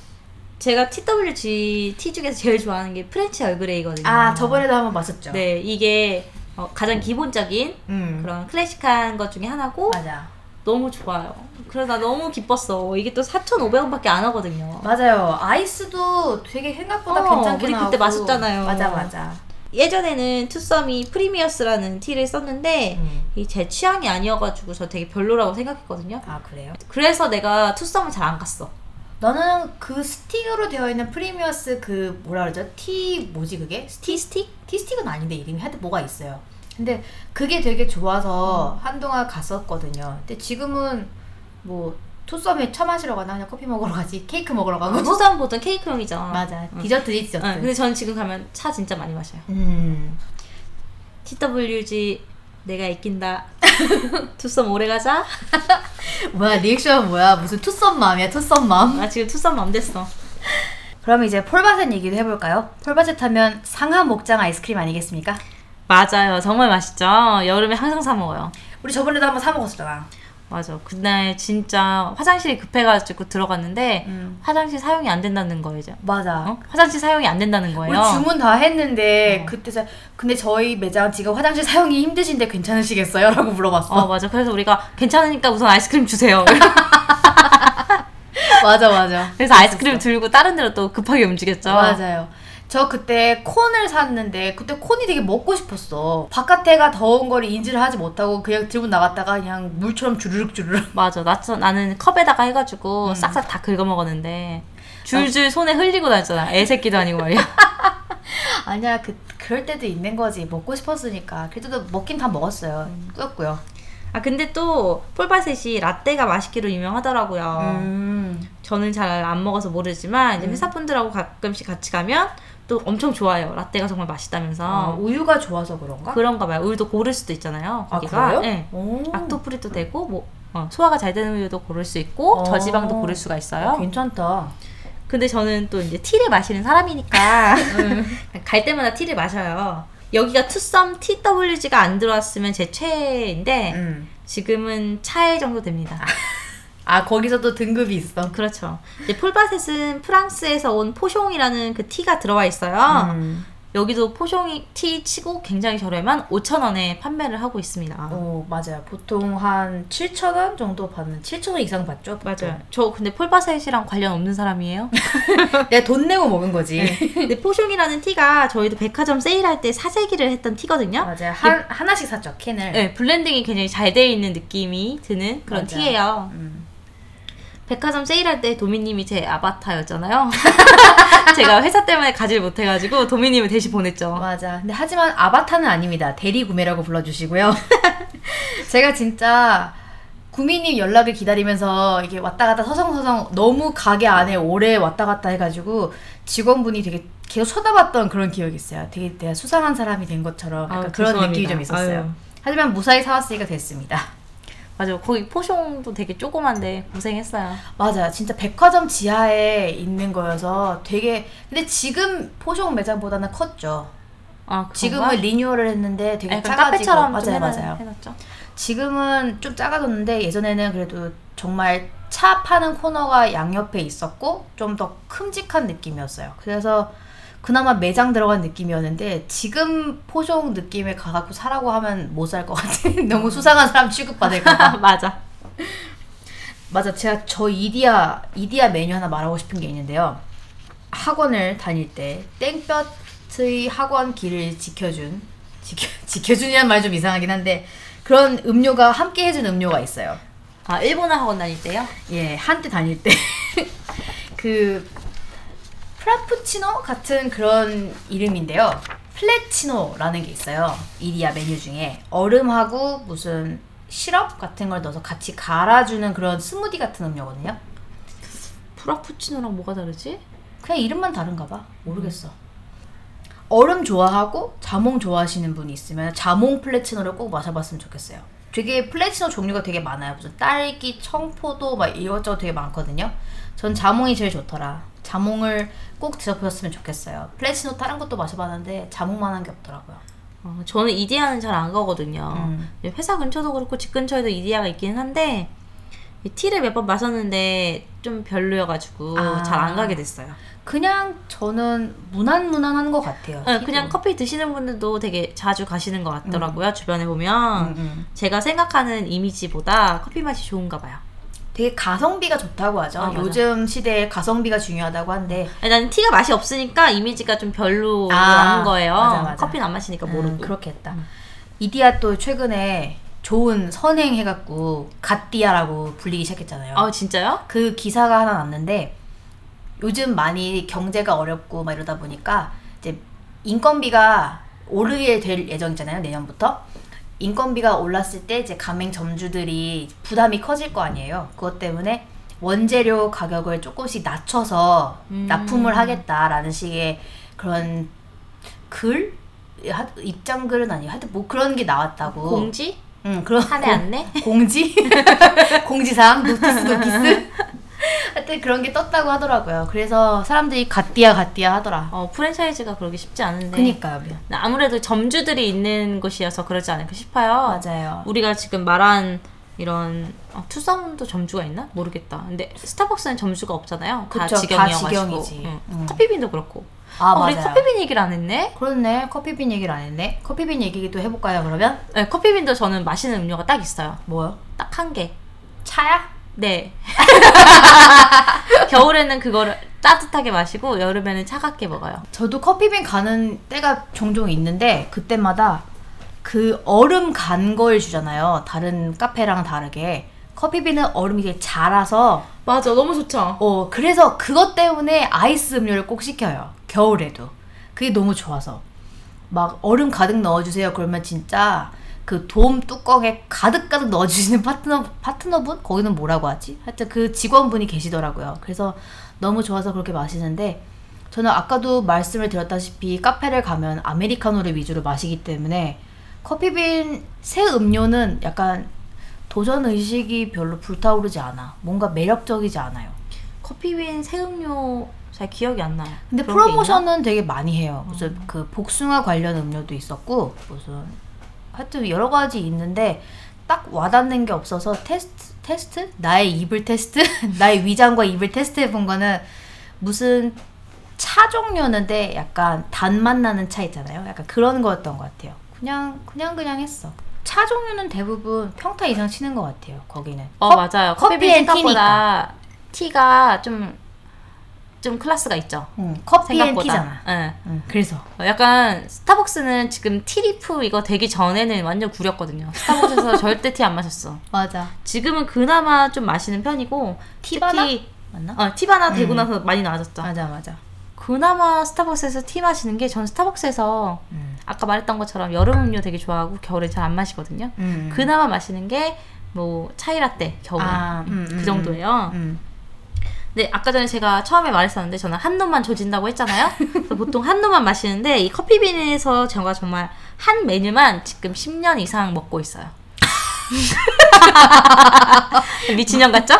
A: 제가 TWG 티 중에서 제일 좋아하는 게 프렌치 얼그레이거든요.
B: 아 저번에도 한번 마셨죠.
A: 네, 이게 어, 가장 기본적인
B: 음
A: 그런 클래식한 것 중에 하나고
B: 맞아
A: 너무 좋아요. 그래서 나 너무 기뻤어. 이게 또 4,500원밖에 안 하거든요.
B: 맞아요. 아이스도 되게 생각보다
A: 어,
B: 괜찮게
A: 우리
B: 나오고
A: 그때 마셨잖아요.
B: 맞아 맞아.
A: 예전에는 투썸이 프리미어스라는 티를 썼는데
B: 음.
A: 이 제 취향이 아니어가지고 저 되게 별로라고 생각했거든요.
B: 아 그래요?
A: 그래서 내가 투썸을 잘 안 갔어.
B: 너는 그 스틱으로 되어 있는 프리미어스 그 뭐라 그러죠? 티 뭐지 그게?
A: 티스틱?
B: 티스틱은 아닌데 이름이 하여튼 뭐가 있어요. 근데 그게 되게 좋아서 한동안 갔었거든요. 근데 지금은 뭐 투썸에 차 마시러 가나 그냥 커피 먹으러 가지 케이크 먹으러 가고
A: 투썸 보통 케이크용이잖아.
B: 아, <laughs> 맞아
A: 응.
B: 디저트지 디저트.
A: 응, 근데 전 지금 가면 차 진짜 많이 마셔요.
B: 음
A: TWG 내가 이긴다. <laughs> 투썸 오래 가자.
B: 뭐야 리액션 뭐야 무슨 투썸 맘이야 투썸 맘.
A: 나 지금 투썸 맘 됐어.
B: 그럼 이제 폴바셋 얘기도 해볼까요? 폴바셋 하면 상하 목장 아이스크림 아니겠습니까?
A: 맞아요. 정말 맛있죠? 여름에 항상 사 먹어요.
B: 우리 저번에도 한번 사 먹었었잖아.
A: 맞아. 그날 진짜 화장실이 급해가지고 들어갔는데
B: 음.
A: 화장실 사용이 안 된다는 거예요.
B: 맞아.
A: 어? 화장실 사용이 안 된다는
B: 우리
A: 거예요.
B: 주문 다 했는데
A: 어.
B: 그때 사, 근데 저희 매장 지금 화장실 사용이 힘드신데 괜찮으시겠어요? <laughs> 라고 물어봤어.
A: 어 맞아. 그래서 우리가 괜찮으니까 우선 아이스크림
B: <laughs>
A: 주세요. <laughs>
B: 맞아 맞아.
A: 그래서 아이스크림 들고 다른 데로 또 급하게 움직였죠.
B: <laughs> 맞아요. 저 그때 콘을 샀는데 그때 콘이 되게 먹고 싶었어. 바깥에가 더운 걸 인지를 하지 못하고 그냥 들고 나갔다가 그냥 물처럼 주르륵 주르륵.
A: 맞아. 나, 나는 컵에다가 해가지고
B: 음.
A: 싹싹 다 긁어 먹었는데 줄줄 손에 흘리고 다녔잖아. 애새끼도 아니고 말이야.
B: <laughs> 아니야 그 그럴 때도 있는 거지. 먹고 싶었으니까. 그래도 먹긴 다 먹었어요. 끓였고요.
A: 아 근데 또 폴바셋이 라떼가 맛있기로 유명하더라고요.
B: 음.
A: 저는 잘 안 먹어서 모르지만 이제 회사 분들하고 가끔씩 같이 가면 또 엄청 좋아요. 라떼가 정말
B: 아,
A: 맛있다면서
B: 우유가 좋아서 그런가?
A: 그런가 봐요. 우유도 고를 수도 있잖아요.
B: 아
A: 거기가.
B: 그래요?
A: 네.
B: 오.
A: 악토프리도 되고 뭐 어, 소화가 잘 되는 우유도 고를 수 있고
B: 어.
A: 저지방도 고를 수가 있어요.
B: 아, 괜찮다.
A: 근데 저는 또 이제 티를 마시는
B: <laughs>
A: 사람이니까 <laughs>
B: 음.
A: 갈 때마다 티를 마셔요. 여기가 투썸 TWG가 안 들어왔으면 제 최애인데
B: 음.
A: 지금은 차애 정도 됩니다.
B: 아 거기서도 등급이 있어.
A: 그렇죠. 이제 폴바셋은 프랑스에서 온 포숑이라는 그 티가 들어와 있어요.
B: 음.
A: 여기도 포숑이 티 치고 굉장히 저렴한 5,000원에 판매를 하고 있습니다.
B: 어 맞아요. 보통 한 7천 원 정도 받는 7천 원 이상 받죠. 보통.
A: 맞아요. 저 근데 폴바셋이랑 관련 없는 사람이에요.
B: <laughs> 내가 돈 내고 먹은 거지.
A: 근데 포숑이라는 티가 저희도 백화점 세일할 때 사재기를 했던 티거든요.
B: <laughs> 맞아요. 한 하나씩 샀죠 캔을.
A: 네, 블렌딩이 굉장히 잘 돼 있는 느낌이 드는 그런
B: 맞아요.
A: 티예요.
B: 음.
A: 백화점 세일할 때 도미님이 제 아바타였잖아요. <laughs> 제가 회사 때문에 가질 못해가지고 도미님을 대신 보냈죠.
B: 맞아. 근데 하지만 아바타는 아닙니다. 대리 구매라고 불러주시고요. <laughs> 제가 진짜 구미님 연락을 기다리면서 이게 왔다 갔다 서성서성 너무 가게 안에 오래 왔다 갔다 해가지고 직원분이 되게 계속 쳐다봤던 그런 기억이 있어요. 되게 내가 수상한 사람이 된 것처럼 약간
A: 아유,
B: 그런
A: 죄송합니다.
B: 느낌이 좀 있었어요.
A: 아유.
B: 하지만 무사히 사왔으니까 됐습니다.
A: 맞아요. 거기 포숑도 되게 조그만데 고생했어요.
B: 맞아요. 진짜 백화점 지하에 있는 거여서 되게 근데 지금 포종 매장보다는 컸죠.
A: 아, 그런가?
B: 지금은 리뉴얼을 했는데 되게
A: 약간
B: 작아지고
A: 카페처럼 좀
B: 맞아요,
A: 해놔,
B: 맞아요.
A: 해놨죠. <laughs>
B: 지금은 좀 작아졌는데 예전에는 그래도 정말 차 파는 코너가 양옆에 있었고 좀 더 큼직한 느낌이었어요. 그래서 그나마 매장 들어간 느낌이었는데 지금 포종 느낌에 가갖고 사라고 하면 못 살 것 같아. <laughs> 너무 수상한 사람 취급받을까 봐.
A: 맞아.
B: 맞아. 제가 저 이디야 이디야 메뉴 하나 말하고 싶은 게 있는데요. 학원을 다닐 때 땡볕의 학원 길을 지켜준 지켜 <laughs> 지켜준이란 말 좀 이상하긴 한데 그런 음료가 함께 해준 음료가 있어요.
A: 아, 일본어 학원 다닐 때요?
B: 예, 한때 <laughs> 다닐 때 그 프라푸치노 같은 그런 이름인데요. 플레치노라는 게 있어요. 이디야 메뉴 중에 얼음하고 무슨 시럽 같은 걸 넣어서 같이 갈아주는 그런 스무디 같은 음료거든요.
A: 프라푸치노랑 뭐가 다르지?
B: 그냥 이름만 다른가 봐. 모르겠어. 얼음 좋아하고 자몽 좋아하시는 분이 있으면 자몽 플래치노를 꼭 마셔봤으면 좋겠어요. 되게 플래치노 종류가 되게 많아요. 무슨 딸기, 청포도 막 이것저것 되게 많거든요. 전 자몽이 제일 좋더라. 자몽을 꼭 드셔보셨으면 좋겠어요. 플래치노 다른 것도 마셔봤는데 자몽만한 게 없더라고요.
A: 어, 저는 이디야는 잘 안 가거든요.
B: 음.
A: 이제 회사 근처도 그렇고 집 근처에도 이디야가 있긴 한데 이 티를 몇 번 마셨는데 좀 별로여가지고
B: 아.
A: 잘 안 가게 됐어요.
B: 그냥 저는 무난무난한 것 같아요.
A: 네, 그냥 커피 드시는 분들도 되게 자주 가시는 것 같더라고요. 주변에 보면
B: 음, 음.
A: 제가 생각하는 이미지보다 커피 맛이 좋은가 봐요.
B: 되게 가성비가 좋다고 하죠.
A: 아, 맞아.
B: 요즘 시대에 가성비가 중요하다고 한데
A: 아니, 나는 티가 맛이 없으니까 이미지가 좀 별로인
B: 아,
A: 거예요.
B: 맞아, 맞아.
A: 커피는 안 마시니까 모르고.
B: 음, 그렇겠다.
A: 음.
B: 이디야 또 최근에 좋은 선행 해갖고 갓디아라고 불리기 시작했잖아요.
A: 아 진짜요?
B: 그 기사가 하나 났는데 요즘 많이 경제가 어렵고 막 이러다 보니까 이제 인건비가 오르게 될 예정이잖아요 내년부터 인건비가 올랐을 때 이제 가맹 점주들이 부담이 커질 거 아니에요 그것 때문에 원재료 가격을 조금씩 낮춰서
A: 음.
B: 납품을 하겠다라는 식의 그런 글 하- 입장 글은 아니에요 하여튼 뭐 그런 게 나왔다고
A: 공지?
B: 응 그런
A: 한해 안내?
B: 공지? <laughs> 공지사항? 노티스 노티스? 하여튼 그런 게 떴다고 하더라고요. 그래서 사람들이 갓디야 갓디야 하더라.
A: 어 프랜차이즈가 그러기 쉽지 않은데.
B: 그니까요.
A: 아무래도 점주들이 있는 곳이어서 그러지 않을까 싶어요.
B: 맞아요.
A: 우리가 지금 말한 이런 어, 투썸도 점주가 있나 모르겠다. 근데 스타벅스는 점주가 없잖아요. 다
B: 그쵸, 다
A: 직영이어가지고.
B: 직영이지.
A: 응.
B: 음.
A: 커피빈도 그렇고.
B: 아
A: 어, 우리
B: 맞아요.
A: 커피빈 얘기를 안 했네.
B: 그렇네. 커피빈 얘기를 안 했네. 커피빈 얘기 또 해볼까요 그러면?
A: 네, 커피빈도 저는 마시는 음료가 딱 있어요.
B: 뭐요?
A: 딱 한 개.
B: 차야? <laughs>
A: 네. 겨울에는 그거를 따뜻하게 마시고 여름에는 차갑게 먹어요.
B: 저도 커피빈 가는 때가 종종 있는데 그때마다 그 얼음 간 걸 주잖아요. 다른 카페랑 다르게 커피빈은 얼음이 이게 자라서
A: 맞아, 너무 좋죠.
B: 어 그래서 그것 때문에 아이스 음료를 꼭 시켜요. 겨울에도 그게 너무 좋아서 막 얼음 가득 넣어주세요. 그러면 진짜 그 돔 뚜껑에 가득 가득 넣어주시는 파트너 파트너분 거기는 뭐라고 하지? 하여튼 그 직원분이 계시더라고요. 그래서 너무 좋아서 그렇게 마시는데 저는 아까도 말씀을 드렸다시피 카페를 가면 아메리카노를 위주로 마시기 때문에 커피빈 새 음료는 약간 도전 의식이 별로 불타오르지 않아. 뭔가 매력적이지 않아요.
A: 커피빈 새 음료 잘 기억이 안 나요.
B: 근데
A: 그런 게 있나?
B: 프로모션은 되게 많이 해요. 무슨 그 복숭아 관련 음료도 있었고 무슨 하여튼 여러 가지 있는데 딱 와닿는 게 없어서 테스트 테스트 나의 입을 테스트 <laughs> 나의 위장과 입을 테스트해 본 거는 무슨 차 종류였는데 약간 단맛 나는 차 있잖아요. 약간 그런 거였던 것 같아요. 그냥 그냥 그냥 했어. 차 종류는 대부분 평타 이상 치는 것 같아요. 거기는
A: 어
B: 컵-
A: 맞아요.
B: 커피
A: 커피빈
B: 앤
A: 생각보다 티가 좀 좀 클래스가 있죠.
B: 응, 커피 앤
A: 생각보다.
B: 티잖아.
A: 예.
B: 응, 그래서
A: 어, 약간 스타벅스는 지금 티리프 이거 되기 전에는 완전 구렸거든요.
B: <laughs>
A: 스타벅스에서 절대 티 안 마셨어.
B: 맞아
A: 지금은 그나마 좀 마시는 편이고
B: 티바나?
A: 특히
B: 맞나?
A: 어, 티바나 되고
B: 음.
A: 나서 많이 나아졌죠.
B: 맞아 맞아.
A: 그나마 스타벅스에서 티 마시는 게 전 스타벅스에서
B: 음.
A: 아까 말했던 것처럼 여름 음료 되게 좋아하고 겨울에 잘 안 마시거든요.
B: 음.
A: 그나마 마시는 게 뭐 차이라떼 겨울
B: 아,
A: 음,
B: 음, 음,
A: 그 정도예요.
B: 음.
A: 근데 아까 전에 제가 처음에 말했었는데 저는 한 놈만 조진다고
B: <laughs>
A: 했잖아요. 그래서 보통 한 놈만 마시는데 이 커피빈에서 제가 정말 한 메뉴만 지금 10년 이상 먹고 있어요. <laughs> 미친년 같죠?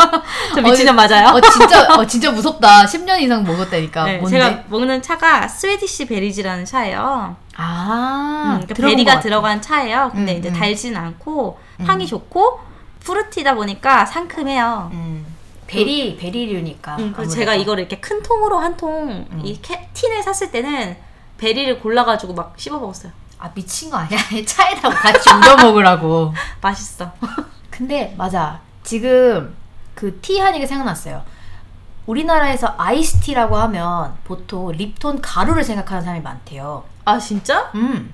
A: <laughs> 저 미친년 맞아요?
B: 어 진짜 어 진짜 무섭다. 10년 이상 먹었다니까.
A: 네,
B: 뭔데?
A: 제가 먹는 차가 스웨디시 베리지라는 차예요.
B: 아
A: 음, 그러니까
B: 들어본 것
A: 베리가
B: 같아.
A: 들어간 차예요. 근데
B: 음,
A: 이제
B: 음.
A: 달진 않고 향이 좋고 프루티다 보니까 상큼해요.
B: 음. 베리 베리류니까.
A: 음, 그래서
B: 아무래도.
A: 제가 이거를 이렇게 큰 통으로 한 통
B: 음.
A: 이 틴을 샀을 때는 베리를 골라가지고 막 씹어 먹었어요.
B: 아 미친 거 아니야? <laughs> 차에다가 같이 우려 먹으라고.
A: 맛있어.
B: 근데 맞아. 지금 그 티 하니까 생각났어요. 우리나라에서 아이스티라고 하면 보통 립톤 가루를 생각하는 사람이 많대요.
A: 아 진짜?
B: 음.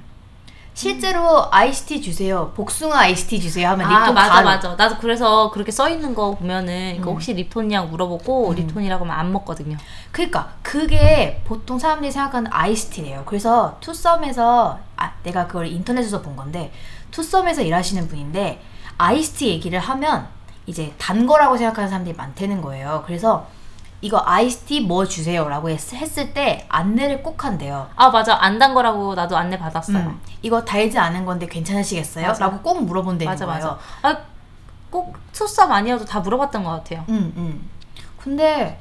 B: 실제로 아이스티 주세요. 복숭아 아이스티 주세요 하면
A: 아
B: 립톤
A: 맞아
B: 가루.
A: 맞아. 나도 그래서 그렇게 써 있는 거 보면은 이거
B: 음.
A: 혹시 립톤이랑 물어보고
B: 음.
A: 립톤이라고 하면 안 먹거든요.
B: 그러니까 그게 보통 사람들이 생각하는 아이스티래요. 그래서 투썸에서 아, 내가 그걸 인터넷에서 본 건데 투썸에서 일하시는 분인데 아이스티 얘기를 하면 이제 단 거라고 생각하는 사람들이 많다는 거예요. 그래서 이거 아이스티 뭐 주세요라고 했, 했을 때 안내를 꼭 한대요.
A: 아 맞아 안 단 거라고 나도 안내 받았어요.
B: 음, 이거 달지 않은 건데 괜찮으시겠어요?
A: 맞아.
B: 라고 꼭 물어본다는
A: 맞아
B: 거예요.
A: 맞아. 아, 꼭 투썸 아니어도 다 물어봤던 것 같아요.
B: 응, 응. 음, 근데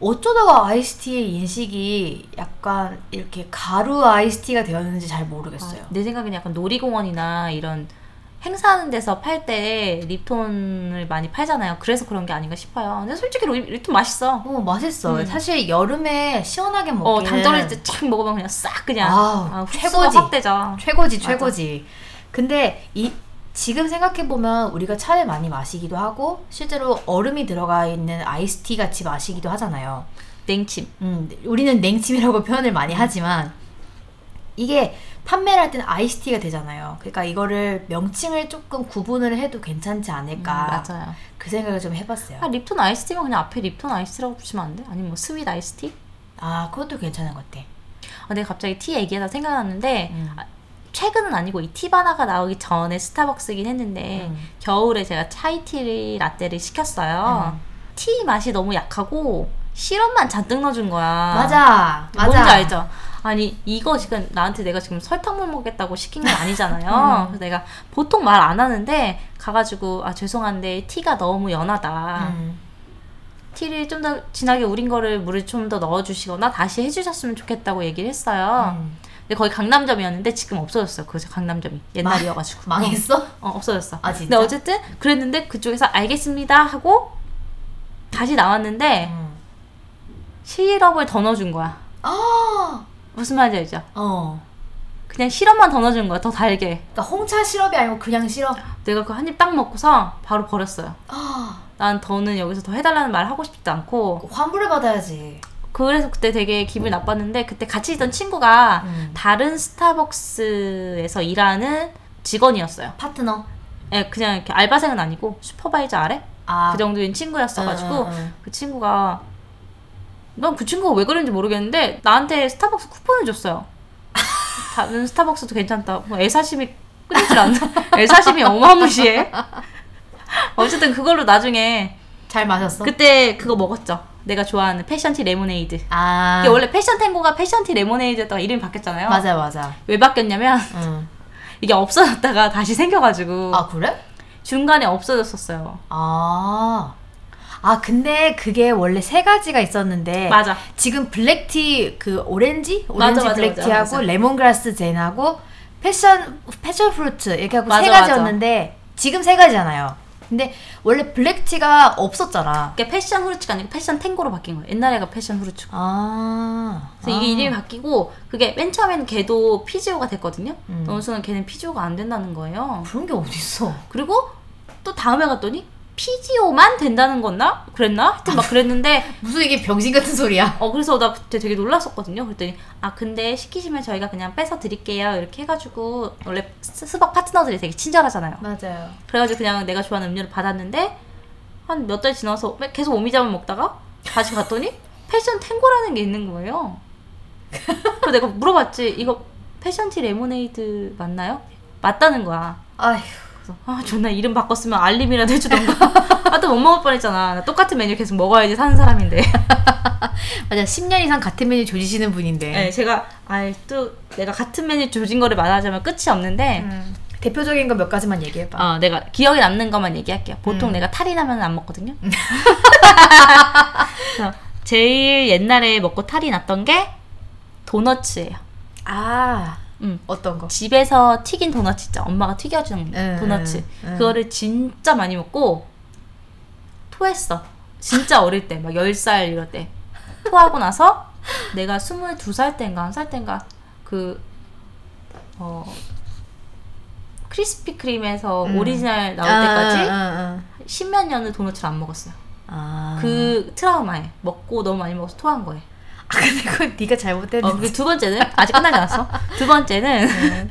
B: 어쩌다가 아이스티의 인식이 약간 이렇게 가루 아이스티가 되었는지 잘 모르겠어요.
A: 아, 내 생각에는 약간 놀이공원이나 이런 행사하는 데서 팔 때 립톤을 많이 팔잖아요. 그래서 그런 게 아닌가 싶어요. 근데 솔직히 립- 립톤 맛있어.
B: 어, 맛있어.
A: 음.
B: 사실 여름에 시원하게
A: 어,
B: 먹기는
A: 당 떨어질 때 착 먹으면 그냥 싹 그냥
B: 아우,
A: 아,
B: 최고지.
A: 최고지. 확 되죠.
B: 최고지,
A: 맞아.
B: 최고지. 근데 이 지금 생각해 보면 우리가 차를 많이 마시기도 하고 실제로 얼음이 들어가 있는 아이스티 같이 마시기도 하잖아요.
A: 냉침.
B: 음, 우리는 냉침이라고 <laughs> 표현을 많이 하지만 이게 판매를 할 때는 아이스티가 되잖아요. 그러니까 이거를 명칭을 조금 구분을 해도 괜찮지 않을까.
A: 음, 맞아요.
B: 그 생각을 좀 해봤어요.
A: 아, 립톤 아이스티면 그냥 앞에 립톤 아이스티라고 붙이면 안 돼? 아니면 뭐 스윗 아이스티?
B: 아, 그것도 괜찮은 것 같아.
A: 아, 내가 갑자기 티 얘기하다 생각났는데
B: 음.
A: 최근은 아니고 이 티바나가 나오기 전에 스타벅스긴 했는데
B: 음.
A: 겨울에 제가 차이티 라떼를 예. 시켰어요. 아.
B: 음.
A: 티 맛이 너무 약하고 시럽만 잔뜩 넣어준 거야.
B: 맞아, 맞아.
A: 뭔지 알죠? 아니 이거 지금 나한테 내가 지금 설탕물 먹겠다고 시킨 건 아니잖아요.
B: <laughs> 음.
A: 그래서 내가 보통 말 안 하는데 가가지고 아 죄송한데 티가 너무 연하다.
B: 음.
A: 티를 좀 더 진하게 우린 거를 물을 좀 더 넣어주시거나 다시 해주셨으면 좋겠다고 얘기를 했어요.
B: 음.
A: 근데 거기 강남점이었는데 지금 없어졌어요. 그 강남점이 옛날이어가지고
B: 망했어?
A: 어, 없어졌어.
B: 아, 진짜?
A: 근데 어쨌든 그랬는데 그쪽에서 알겠습니다 하고 다시
B: 음.
A: 나왔는데 시럽을 더 넣어준 거야.
B: 아,
A: 무슨 말인지 알죠?
B: 어.
A: 그냥 시럽만 더 넣어준 거야. 더 달게.
B: 그러니까 홍차 시럽이 아니고 그냥 시럽.
A: 내가 그 한 입 딱 먹고서 바로 버렸어요.
B: 아,
A: 난 더는 여기서 더 해달라는 말 하고 싶지도 않고
B: 환불을 받아야지.
A: 그래서 그때 되게 기분이 나빴는데 그때 같이 있던 친구가
B: 음.
A: 다른 스타벅스에서 일하는 직원이었어요.
B: 파트너.
A: 예, 그냥 이렇게 알바생은 아니고 슈퍼바이저 아래
B: 아,
A: 그 정도인 친구였어가지고
B: 응, 응, 응.
A: 그 친구가 난 그 친구가 왜 그랬는지 모르겠는데 나한테 스타벅스 쿠폰을 줬어요. 다른 스타벅스도 괜찮다. 뭐 애사심이 끊이질 않나? <laughs> 애사심이 어마무시해. 어쨌든 그걸로 나중에
B: 잘 마셨어?
A: 그때 그거 먹었죠. 내가 좋아하는 패션티 레모네이드.
B: 아,
A: 이게 원래 패션 탱고가 패션티 레모네이드였다가 이름이 바뀌었잖아요.
B: 맞아 맞아.
A: 왜 바뀌었냐면
B: 응.
A: 이게 없어졌다가 다시 생겨가지고
B: 아 그래?
A: 중간에 없어졌었어요.
B: 아, 아 근데 그게 원래 세 가지가 있었는데
A: 맞아.
B: 지금 블랙티 그 오렌지
A: 맞아,
B: 오렌지
A: 맞아,
B: 블랙티하고
A: 맞아, 맞아.
B: 레몬그라스 젠하고 패션 패션 프루트 이렇게 하고
A: 맞아,
B: 세 가지였는데 지금 세 가지잖아요. 근데 원래 블랙티가 없었잖아.
A: 이게 패션 후르츠가 아니고 패션 탱고로 바뀐 거예요. 옛날에가 패션 후르츠.
B: 아,
A: 그래서 이게 이름이 바뀌고 그게 맨 처음에는 걔도 피지오가 됐거든요.
B: 음.
A: 어느 순간 걔는 피지오가 안 된다는 거예요.
B: 아, 그런 게 어디 있어?
A: 그리고 또 다음에 갔더니 피지오만 된다는 건나 그랬나? 하여튼 막 그랬는데
B: <laughs> 무슨 이게 병신 같은 소리야?
A: 어 그래서 나 그때 되게 놀랐었거든요. 그랬더니 아 근데 시키시면 저희가 그냥 뺏어 드릴게요. 이렇게 해가지고 원래 스- 스벅 파트너들이 되게 친절하잖아요.
B: 맞아요.
A: 그래가지고 그냥 내가 좋아하는 음료를 받았는데 한 몇 달 지나서 계속 오미자만 먹다가 다시 갔더니 <laughs> 패션 탱고라는 게 있는 거예요. 그래서 내가 물어봤지 이거 패션티 레모네이드 맞나요? 맞다는 거야.
B: 아휴,
A: 그래서 아 존나 이름 바꿨으면 알림이라도 해주던가. <laughs> 아 또 못 먹을 뻔했잖아. 나 똑같은 메뉴 계속 먹어야지 사는 사람인데.
B: 맞아. 10년 이상 같은 메뉴 조지시는 분인데.
A: <laughs> 네, 제가 아또 내가 같은 메뉴 조진 거를 말하자면 끝이 없는데
B: 음. 대표적인 거 몇 가지만 얘기해봐.
A: 어, 내가 기억에 남는 것만 얘기할게요. 보통
B: 음.
A: 내가 탈이 나면 안 먹거든요. <laughs> 그래서 제일 옛날에 먹고 탈이 났던 게 도너츠예요.
B: 아,
A: 음.
B: 어떤 거?
A: 집에서 튀긴 도넛 진짜 엄마가 튀겨주는
B: 음,
A: 도넛츠
B: 음.
A: 그거를 진짜 많이 먹고 토했어 진짜 어릴 때 막 10살 이럴 때 토하고 나서 내가 22살 때인가 한 살 때인가 그 어, 크리스피 크림에서
B: 음.
A: 오리지널 나올 때까지 십몇 년을 도넛을 안 먹었어요
B: 아. 그
A: 그 트라우마에 먹고 너무 많이 먹어서 토한 거예요
B: 아, 근데 그건 네가 잘못했는데.
A: 어, 그두 번째는 아직 끝나지 않았어 두 번째는 <laughs>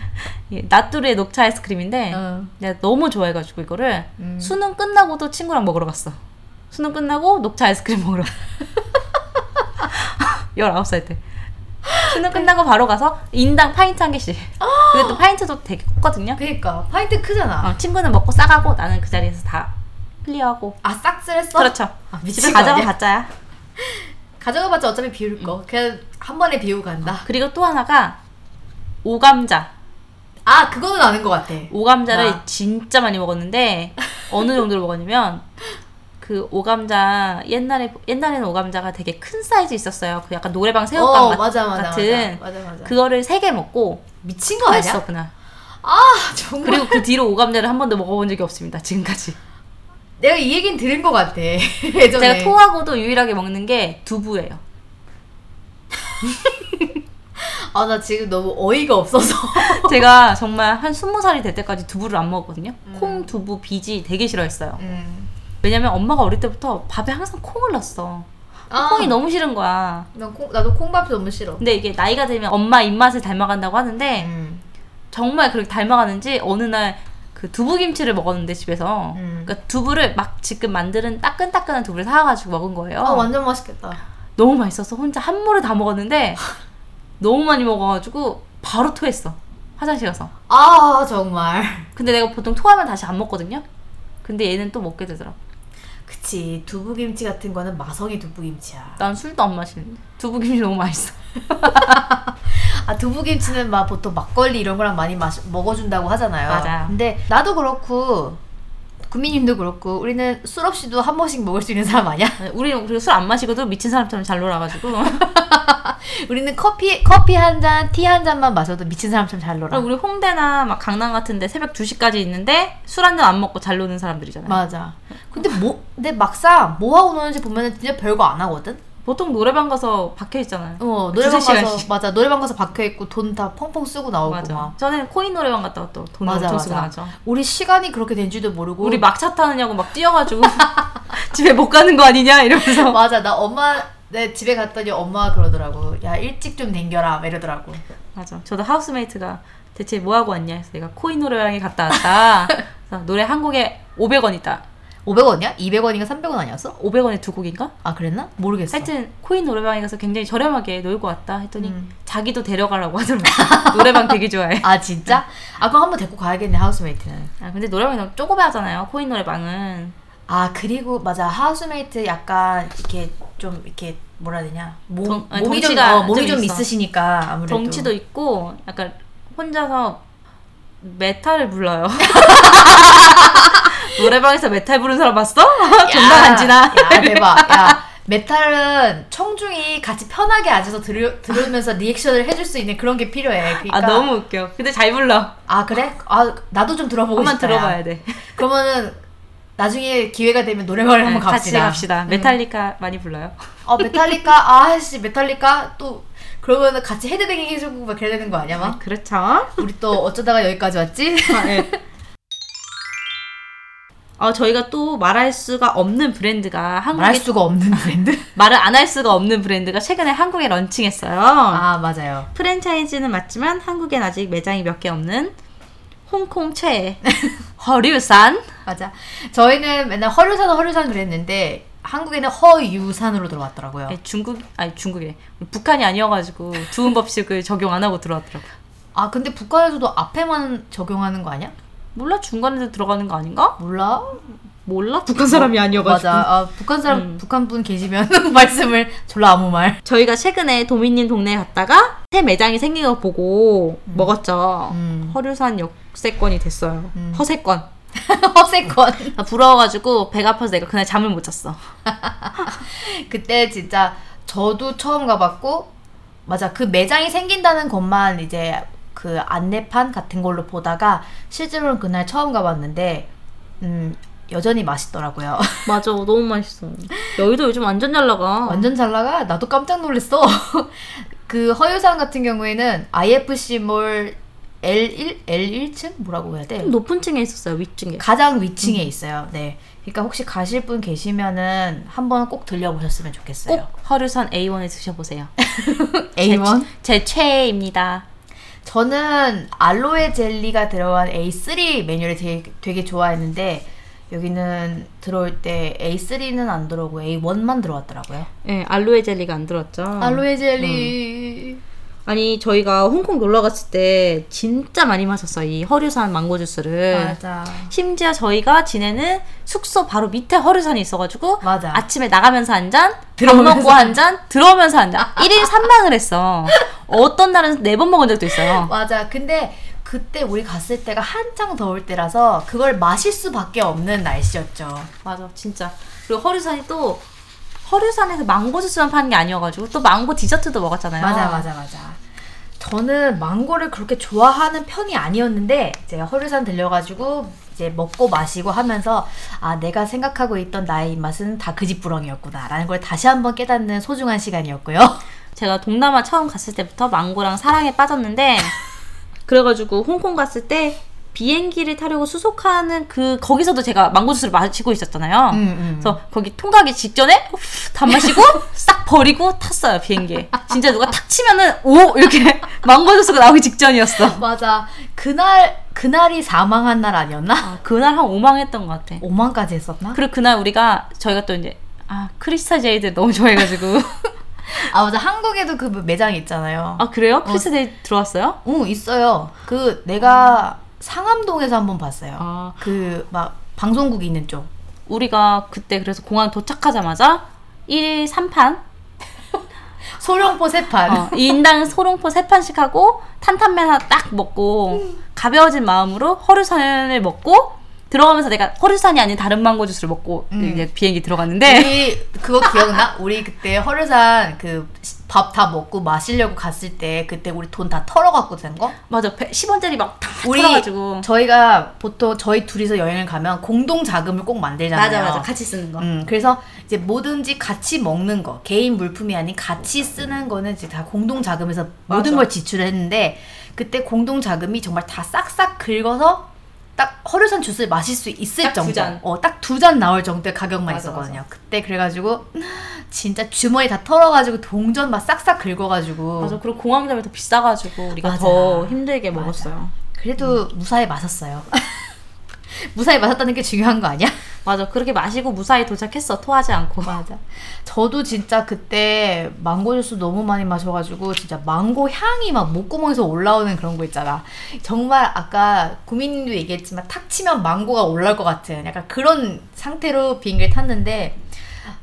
A: 이 나뚜루의 녹차 아이스크림인데
B: 네. 어.
A: 내가 너무 좋아해가지고 이거를
B: 음.
A: 수능 끝나고도 친구랑 먹으러 갔어. 수능 끝나고 녹차 아이스크림 먹으러. <laughs> 19살 때. 수능 끝나고 바로 가서 인당 파인트 한 개씩. 근데 또 파인트도 되게 컸거든요.
B: 그러니까 파인트 크잖아.
A: 어, 친구는 먹고 싸가고 나는 그 자리에서 다 클리어하고.
B: 아 싹쓸 했어?
A: 그렇죠.
B: 아,
A: 집에
B: 미친 거
A: 가져가
B: 아니야?
A: 봤자야.
B: 가져가봤자 어차피 비울 거.
A: 음.
B: 그냥 한 번에 비우고 간다.
A: 그리고 또 하나가 오감자.
B: 아 그거는 아는 것 같아.
A: 오감자를
B: 나.
A: 진짜 많이 먹었는데 어느 정도로 먹었냐면 그 오감자 옛날에 옛날에는 오감자가 되게 큰 사이즈 있었어요. 그 약간 노래방 새우깡
B: 어
A: 같-
B: 맞아 맞아
A: 같은
B: 맞아 맞아 맞아.
A: 그거를 세 개 먹고
B: 미친 거 아니야?
A: 토했어 그날.
B: 아 정말.
A: 그리고 그 뒤로 오감자를 한 번도 먹어본 적이 없습니다 지금까지.
B: 내가 이 얘기는 들은 것 같아. <laughs> 예전에.
A: 제가 토하고도 유일하게 먹는 게 두부예요.
B: 아나 지금 너무 어이가
A: <laughs>
B: 없어서.
A: 제가 정말 한 스무 살이 될 때까지 두부를 안 먹었거든요.
B: 음.
A: 콩, 두부, 비지 되게 싫어했어요.
B: 음.
A: 왜냐면 엄마가 어릴 때부터 밥에 항상 콩을 넣었어.
B: 아,
A: 콩이 너무 싫은 거야.
B: 난 콩, 나도 콩밥 너무 싫어.
A: 근데 이게 나이가 들면 엄마 입맛을 닮아간다고 하는데
B: 음.
A: 정말 그렇게 닮아가는지 어느 날 그 두부김치를 먹었는데 집에서
B: 음.
A: 그러니까 두부를 막 지금 만드는 따끈따끈한 두부를 사와가지고 먹은 거예요.
B: 아 완전 맛있겠다.
A: 너무 맛있어서 혼자 한 모를 다 <laughs> 먹었는데 너무 많이 먹어가지고 바로 토했어 화장실 가서
B: 아 정말. <laughs>
A: 근데 내가 보통 토하면 다시 안 먹거든요 근데 얘는 또 먹게 되더라고
B: 그치 두부김치 같은 거는 마성의 두부김치야.
A: 난 술도 안 마시는데 두부김치 너무 맛있어
B: 아 두부김치는 막 보통 막걸리 이런 거랑 많이 마시, 먹어준다고 하잖아요.
A: 맞아요.
B: 근데 나도 그렇고 구민님도 그렇고 우리는 술 없이도 한 번씩 먹을 수 있는 사람 아니야? <laughs>
A: 우리는 그리고 술 안 마시고도 미친 사람처럼 잘 놀아가지고
B: 우리는 커피 커피 한 잔, 티 한 잔만 마셔도 미친 사람처럼 잘 놀아.
A: 우리 홍대나 막 강남 같은데 새벽 2시까지 있는데 술 한 잔 안 먹고 잘 노는 사람들이잖아요.
B: 맞아. 근데 뭐 근데 막상 뭐 하고 노는지 보면은 진짜 별거 안 하거든.
A: 보통 노래방 가서 박혀 있잖아요.
B: 어
A: 두세
B: 노래방 가서
A: 시간씩.
B: <laughs> 맞아 노래방 가서 박혀 있고 돈 다 펑펑 쓰고 나오고
A: 맞아.
B: 막.
A: 저는 코인 노래방 갔다 왔다. 돈
B: 맞아,
A: 엄청 쓰고
B: 맞아.
A: 나죠.
B: 우리 시간이 그렇게 된 줄도 모르고
A: 우리 막차 타느냐고 막 뛰어가지고 <laughs> 집에 못 가는 거 아니냐 이러면서
B: <laughs> 맞아 나 엄마 내 집에 갔더니 엄마가 그러더라고 야 일찍 좀 댕겨라 막 이러더라고
A: 맞아. 저도 하우스메이트가 대체 뭐 하고 왔냐 해서 내가 코인 노래방에 갔다
B: <laughs>
A: 왔다. 그래서 노래 한 곡에 500원이다.
B: 500원이야? 200원인가 300원 아니었어?
A: 500원에 두 곡인가?
B: 아 그랬나? 모르겠어
A: 하여튼 코인 노래방에 가서 굉장히 저렴하게 놀고 왔다 했더니
B: 음.
A: 자기도 데려가라고 하더라고. 노래방 되게 좋아해.
B: 아 진짜? 아 그럼 한번 데리고 가야겠네 하우스메이트는
A: 아 근데 노래방이 너무 쪼그마하잖아요. 코인 노래방은
B: 아 그리고 맞아 하우스메이트 약간 이렇게 좀 이렇게 뭐라 해야 되냐 몸,
A: 덩- 아니,
B: 몸이, 좀,
A: 덩치가
B: 어, 몸이
A: 좀
B: 좀
A: 있어.
B: 있으시니까 아무래도
A: 덩치도 있고 약간 혼자서 메탈을 불러요. <laughs> 노래방에서 메탈 부른 사람 봤어? <laughs> 존나 간지나. 아,
B: 야 대박 야 메탈은 청중이 같이 편하게 앉아서 들으, 들으면서 리액션을 해줄 수 있는 그런 게 필요해 그러니까
A: 아 너무 웃겨. 근데 잘 불러.
B: 아 그래? 아 나도 좀 들어보고
A: 한번
B: 싶다. 야.
A: 들어봐야
B: <laughs>
A: 돼.
B: 그러면은 나중에 기회가 되면 노래방을
A: 네,
B: 한번
A: 같이
B: 갑시다.
A: 갑시다.
B: 음.
A: 메탈리카 많이 불러요.
B: 어 메탈리카 아씨 메탈리카 또 그러면은 같이 헤드뱅잉 해주고 막 그래야 되는 거 아니야 막?
A: 그렇죠. 아,
B: 우리 또 어쩌다가
A: <laughs>
B: 여기까지 왔지?
A: 네. 어, 저희가 또 말할 수가 없는 브랜드가
B: 말할
A: 한국에
B: 수가 없는 브랜드.
A: 말을 안 할 수가 없는 브랜드가 최근에 한국에 <laughs> 런칭했어요.
B: 아 맞아요.
A: 프랜차이즈는 맞지만 한국엔 아직 매장이 몇 개 없는 홍콩 최애 <laughs> 허류산
B: 맞아. 저희는 맨날 허류산 허류산 그랬는데 한국에는 허유산으로 들어왔더라고요.
A: 아니, 예, 중국 아니 중국이래 북한이 아니어가지고 주운 법칙을 적용 안 하고 들어왔더라고
B: 아 근데 북한에서도 앞에만 적용하는 거 아니야?
A: 몰라 중간에도 들어가는 거 아닌가
B: 몰라.
A: 몰라 북한 사람이 아니어가지고
B: 맞아. 아, 북한 사람
A: 음.
B: 북한 분 계시면 <laughs> 말씀을 졸라 아무 말.
A: 저희가 최근에 도민님 동네에 갔다가 새 매장이 생긴 거 보고 먹었죠
B: 음. <laughs>
A: 허류산 역세권이 됐어요
B: 음.
A: 허세권
B: 허세권.
A: 나 부러워가지고 배가 아파서 내가 그날 잠을 못 잤어
B: 그때 진짜 저도 처음 가봤고 맞아 그 매장이 생긴다는 것만 이제 그 안내판 같은 걸로 보다가 실제로는 그날 처음 가봤는데 음 여전히 맛있더라고요.
A: 맞아 너무 맛있어 여의도 요즘 완전 잘 나가
B: 완전 잘 나가. 나도 깜짝 놀랐어. <laughs> 그 허유산 같은 경우에는 IFC몰 L1 L1층 뭐라고 해야 돼?
A: 좀 높은 층에 있었어요 위층에
B: 가장 위층에 있어요. 네. 그러니까 혹시 가실 분 계시면은 한번 꼭 들려보셨으면 좋겠어요.
A: 꼭 허류산 A1에 드셔보세요
B: A1
A: 제, 제 최애입니다
B: 저는 알로에 젤리가 들어간 A3 메뉴를 되게, 되게 좋아했는데 여기는 들어올 때 A3는 안 들어오고 A1만 들어왔더라고요.
A: 네, 알로에 젤리가 안 들어왔죠
B: 알로에 젤리.
A: 아니 저희가 홍콩 놀러 갔을 때 진짜 많이 마셨어요 이 허류산 망고 주스를
B: 맞아.
A: 심지어 저희가 지내는 숙소 바로 밑에 허류산이 있어가지고
B: 맞아.
A: 아침에 나가면서 한 잔, 밥
B: 들어오면서
A: 먹고 한 잔, 들어오면서 한 잔. 1일 3망을 했어. 어떤 날은 네 번 먹은 적도 있어요.
B: 맞아. 근데 그때 우리 갔을 때가 한창 더울 때라서 그걸 마실 수밖에 없는 날씨였죠.
A: 맞아, 진짜. 그리고 허류산이 또 허류산에서 망고 주스만 파는 게 아니어가지고 또 망고 디저트도 먹었잖아요.
B: 맞아, 맞아, 맞아. 저는 망고를 그렇게 좋아하는 편이 아니었는데 제가 허류산 들려가지고 이제 먹고 마시고 하면서 아 내가 생각하고 있던 나의 입맛은 다 그 집 부렁이었구나라는 걸 다시 한번 깨닫는 소중한 시간이었고요.
A: 제가 동남아 처음 갔을 때부터 망고랑 사랑에
B: <laughs>
A: 빠졌는데 그래가지고 홍콩 갔을 때 비행기를 타려고 수속하는 그 거기서도 제가 망고 주스를 마시고 있었잖아요.
B: 음, <laughs>
A: 그래서 거기 통과하기 직전에 후, 다 마시고 <laughs> 싹 버리고 탔어요 비행기에. 진짜 누가 탁 치면은 오 이렇게 <laughs> 망고 주스가 나오기 직전이었어.
B: 맞아. 그날 그날이 사망한 날 아니었나?
A: 아, 그날 한 5망 했던 것 같아.
B: 5만까지 했었나?
A: 그리고 그날 우리가 저희가 또 이제 아 크리스타 제이드 너무 좋아해가지고
B: 아 맞아. 한국에도 그 매장 있잖아요.
A: <laughs> 아 그래요? 크리스타 제이드 들어왔어요?
B: 응 있어요. 그 내가 상암동에서 한번 봤어요.
A: 아
B: 그 막 방송국 있는 쪽.
A: 우리가 그때 그래서 공항 도착하자마자 1일 3판
B: 소룡포 세판.
A: 어, 인당 소롱포 3판씩 하고 탄탄면 하나 딱 먹고 가벼워진 마음으로 허류산을 먹고 들어가면서 내가 허르산이 아닌 다른 망고 주스를 먹고 이제 비행기 들어갔는데
B: <laughs> 우리 그거 기억나? 우리 그때 허르산 그 밥 다 먹고 마시려고 갔을 때 그때 우리 돈 다 털어갖고 된 거?
A: 맞아 10원짜리 막다
B: 우리
A: 털어가지고
B: 저희가 보통 저희 둘이서 여행을 가면 공동 자금을 꼭 만들잖아요.
A: 같이 쓰는 거
B: 음, 그래서 이제 뭐든지 같이 먹는 거, 개인 물품이 아닌 같이 쓰는 거는 이제 다 공동 자금에서 모든
A: 맞아.
B: 걸 지출했는데 그때 공동 자금이 정말 다 싹싹 긁어서 딱 허르산 주스를 마실 수 있을
A: 딱두
B: 정도,
A: 잔.
B: 어, 딱 두 잔 나올 정도의 가격만
A: 맞아,
B: 있었거든요. 그때 그래가지고 진짜 주머니 다 털어가지고 동전 막 싹싹 긁어가지고
A: 맞아 그리고 공항점이 더 비싸가지고 우리가
B: 맞아.
A: 더 힘들게
B: 맞아.
A: 먹었어요
B: 그래도 무사히 마셨어요. <laughs> 무사히 마셨다는 게 중요한 거 아니야?
A: 맞아 그렇게 마시고 무사히 도착했어 토하지 않고
B: 맞아. 저도 진짜 그때 망고 주스 너무 많이 마셔가지고 진짜 망고 향이 막 목구멍에서 올라오는 그런 거 있잖아. 정말 아까 구민님도 얘기했지만 탁 치면 망고가 올라올 것 같은 약간 그런 상태로 비행기를 탔는데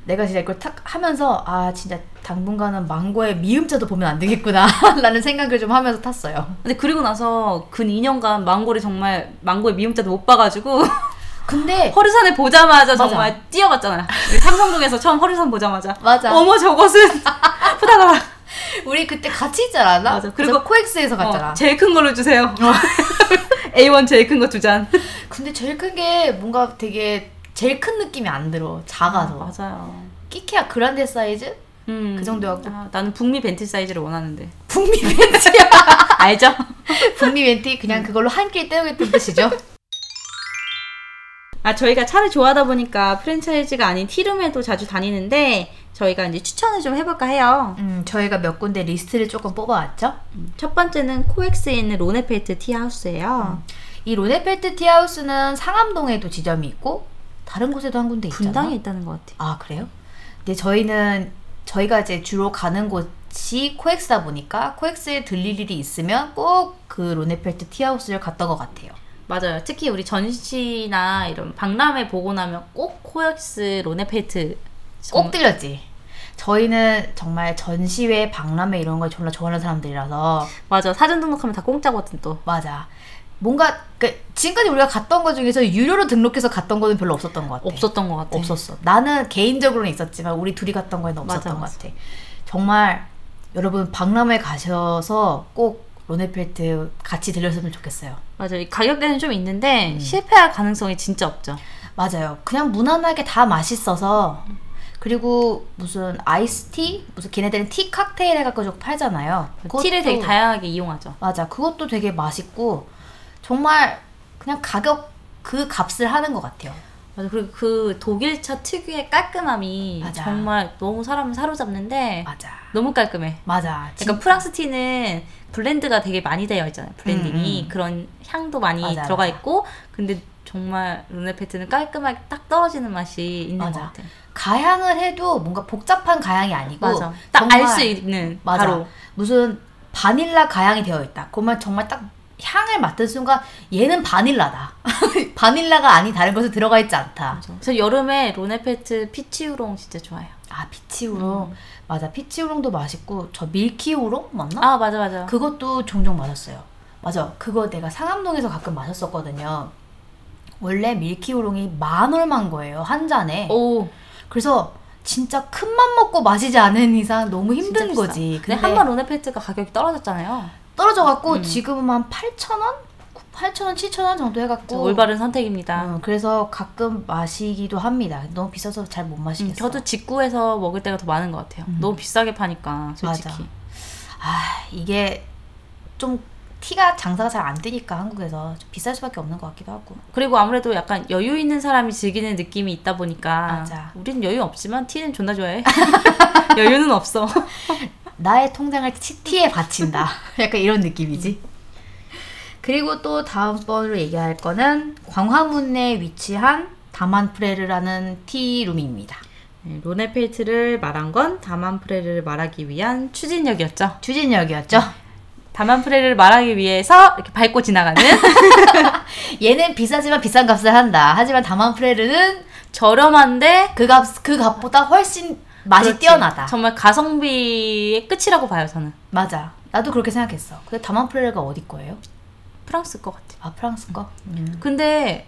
B: 내가 진짜 이걸 탁 하면서 아 진짜 당분간은 망고의 미음자도 보면 안 되겠구나 <laughs> 라는 생각을 좀 하면서 탔어요.
A: 근데 그리고 나서 근 2년간 망고를 정말 망고의 미음자도 못 봐가지고 <laughs>
B: 근데
A: 허리산을 보자마자
B: 맞아.
A: 정말 뛰어갔잖아 우리 삼성동에서 처음 허리산 보자마자
B: 맞아.
A: 어머
B: <laughs>
A: 저것은 푸다다라
B: 우리 그때 같이 있지 않았나?
A: 맞아. 그리고-
B: 코엑스에서 갔잖아.
A: 어, 제일 큰 걸로 주세요 <laughs> A1 제일 큰 거 두잔
B: 근데 제일 큰 게 뭔가 되게 제일 큰 느낌이 안 들어. 작아서.
A: 맞아요
B: 끼케야 그란데 사이즈?
A: 음.
B: 그 정도였고.
A: 아, 나는 북미 벤티 사이즈를 원하는데 <laughs>
B: 북미 벤티. <laughs>
A: 알죠?
B: 북미 벤티 그냥 그걸로 한 끼를 때우겠다는 뜻이죠?
A: 아 저희가 차를 좋아하다 보니까 프랜차이즈가 아닌 티룸에도 자주 다니는데 저희가 이제 추천을 좀 해볼까 해요
B: <laughs> 음, 저희가 몇 군데 리스트를 조금 뽑아왔죠?
A: 첫 번째는 코엑스에 있는 로네펠트 티하우스예요
B: 이 로네펠트 티하우스는 상암동에도 지점이 있고 다른 곳에도 한 군데 있잖아.
A: 분당에 있다는 것 같아요
B: 아 그래요? 근데 저희는 저희가 이제 주로 가는 곳이 코엑스다 보니까 코엑스에 들릴 일이 있으면 꼭 그 로네펠트 티하우스를 갔던 것 같아요.
A: 맞아요 특히 우리 전시나 이런 박람회 보고 나면 꼭 코엑스 로네펠트 음.
B: 꼭 들렸지. 저희는 정말 전시회, 박람회 이런 걸 졸라 좋아하는 사람들이라서
A: 맞아 사전 등록하면 다 공짜거든 또
B: 맞아. 뭔가 그 지금까지 우리가 갔던 것 중에서 유료로 등록해서 갔던 거는 별로 없었던 것 같아.
A: 없었던 것 같아
B: 없었어. 나는 개인적으로는 있었지만 우리 둘이 갔던 거에는
A: 맞아,
B: 없었던 것
A: 맞아.
B: 같아. 정말 여러분 박람회 가셔서 꼭 로네펠트 같이 들렸으면 좋겠어요.
A: 맞아 이 가격대는 좀 있는데 실패할 가능성이 진짜 없죠
B: 맞아요. 그냥 무난하게 다 맛있어서 그리고 무슨 아이스티 무슨 걔네들은 티 칵테일 해갖고 좀 팔잖아요.
A: 티를 되게
B: 그것도-
A: 다양하게 이용하죠
B: 맞아. 그것도 되게 맛있고 정말 그냥 가격 그 값을 하는 것 같아요.
A: 맞아 그리고 그 독일차 특유의 깔끔함이
B: 맞아.
A: 정말 너무 사람을 사로잡는데
B: 맞아.
A: 너무 깔끔해
B: 맞아.
A: 약간
B: 진-
A: 그러니까 프랑스 티는 블렌드가 되게 많이 되어 있잖아요. 블렌딩이
B: 음, 음.
A: 그런 향도 많이
B: 맞아,
A: 들어가
B: 맞아.
A: 있고, 근데 정말 르네페트는 깔끔하게 딱 떨어지는 맛이 있는
B: 맞아.
A: 것 같아.
B: 가향을 해도 뭔가 복잡한 가향이 아니고
A: 맞아. 딱 알
B: 정말
A: 수 있는
B: 맞아.
A: 바로.
B: 무슨 바닐라 가향이 되어 있다. 그러면 정말 딱 향을 맡은 순간 얘는 바닐라다. <laughs> 바닐라가 아닌 다른 것에 들어가 있지 않다.
A: 맞아. 그래서 여름에 르네페트 피치 우롱 진짜 좋아해요.
B: 아 피치
A: 음.
B: 우롱 맞아 피치 우롱도 맛있고 저 밀키 우롱 맞나?
A: 아 맞아 맞아.
B: 그것도 종종 마셨어요. 맞아. 그거 내가 상암동에서 가끔 마셨었거든요. 원래 밀키오롱이 만 얼만 거예요. 한 잔에.
A: 오
B: 그래서 진짜 큰 맘 먹고 마시지 않은 이상 너무
A: 진짜
B: 힘든
A: 비싸.
B: 거지.
A: 근데 한 번 르네페트가 가격이 떨어졌잖아요.
B: 떨어져갖고
A: 음.
B: 지금은 한 8,000원? 8,000원, 7,000원 정도
A: 진짜
B: 해갖고.
A: 올바른 선택입니다.
B: 음, 그래서 가끔 마시기도 합니다. 너무 비싸서 잘 못
A: 음,
B: 마시겠어.
A: 저도 직구해서 먹을 때가 더 많은 것 같아요.
B: 음.
A: 너무 비싸게 파니까 솔직히.
B: 맞아. 아, 이게 좀 티가 장사가 잘 안 되니까 한국에서 좀 비쌀 수밖에 없는 것 같기도 하고.
A: 그리고 아무래도 약간 여유 있는 사람이 즐기는 느낌이 있다 보니까
B: 맞아.
A: 우린 여유 없지만 티는 존나 좋아해. <laughs> 여유는 없어.
B: 나의 통장을 치티에 바친다. <laughs> 약간 이런 느낌이지. 그리고 또 다음번으로 얘기할 거는 광화문에 위치한 다만프레르라는 티룸입니다.
A: 네, 로네페이트를 말한 건 다만프레를 말하기 위한 추진력이었죠.
B: 추진역이었죠.
A: 다만프레를 말하기 위해서 이렇게 밟고 <laughs> 지나가는
B: 얘는 비싸지만 비싼 값을 한다. 하지만 다만프레르는
A: 저렴한데
B: 그 값, 그 값보다 훨씬 맛이
A: 그렇지.
B: 뛰어나다.
A: 정말 가성비의 끝이라고 봐요 저는.
B: 맞아. 나도 그렇게 생각했어. 근데 다만프레르가 어디 거예요?
A: 프랑스 것 같아.
B: 아, 프랑스 거? 음.
A: 근데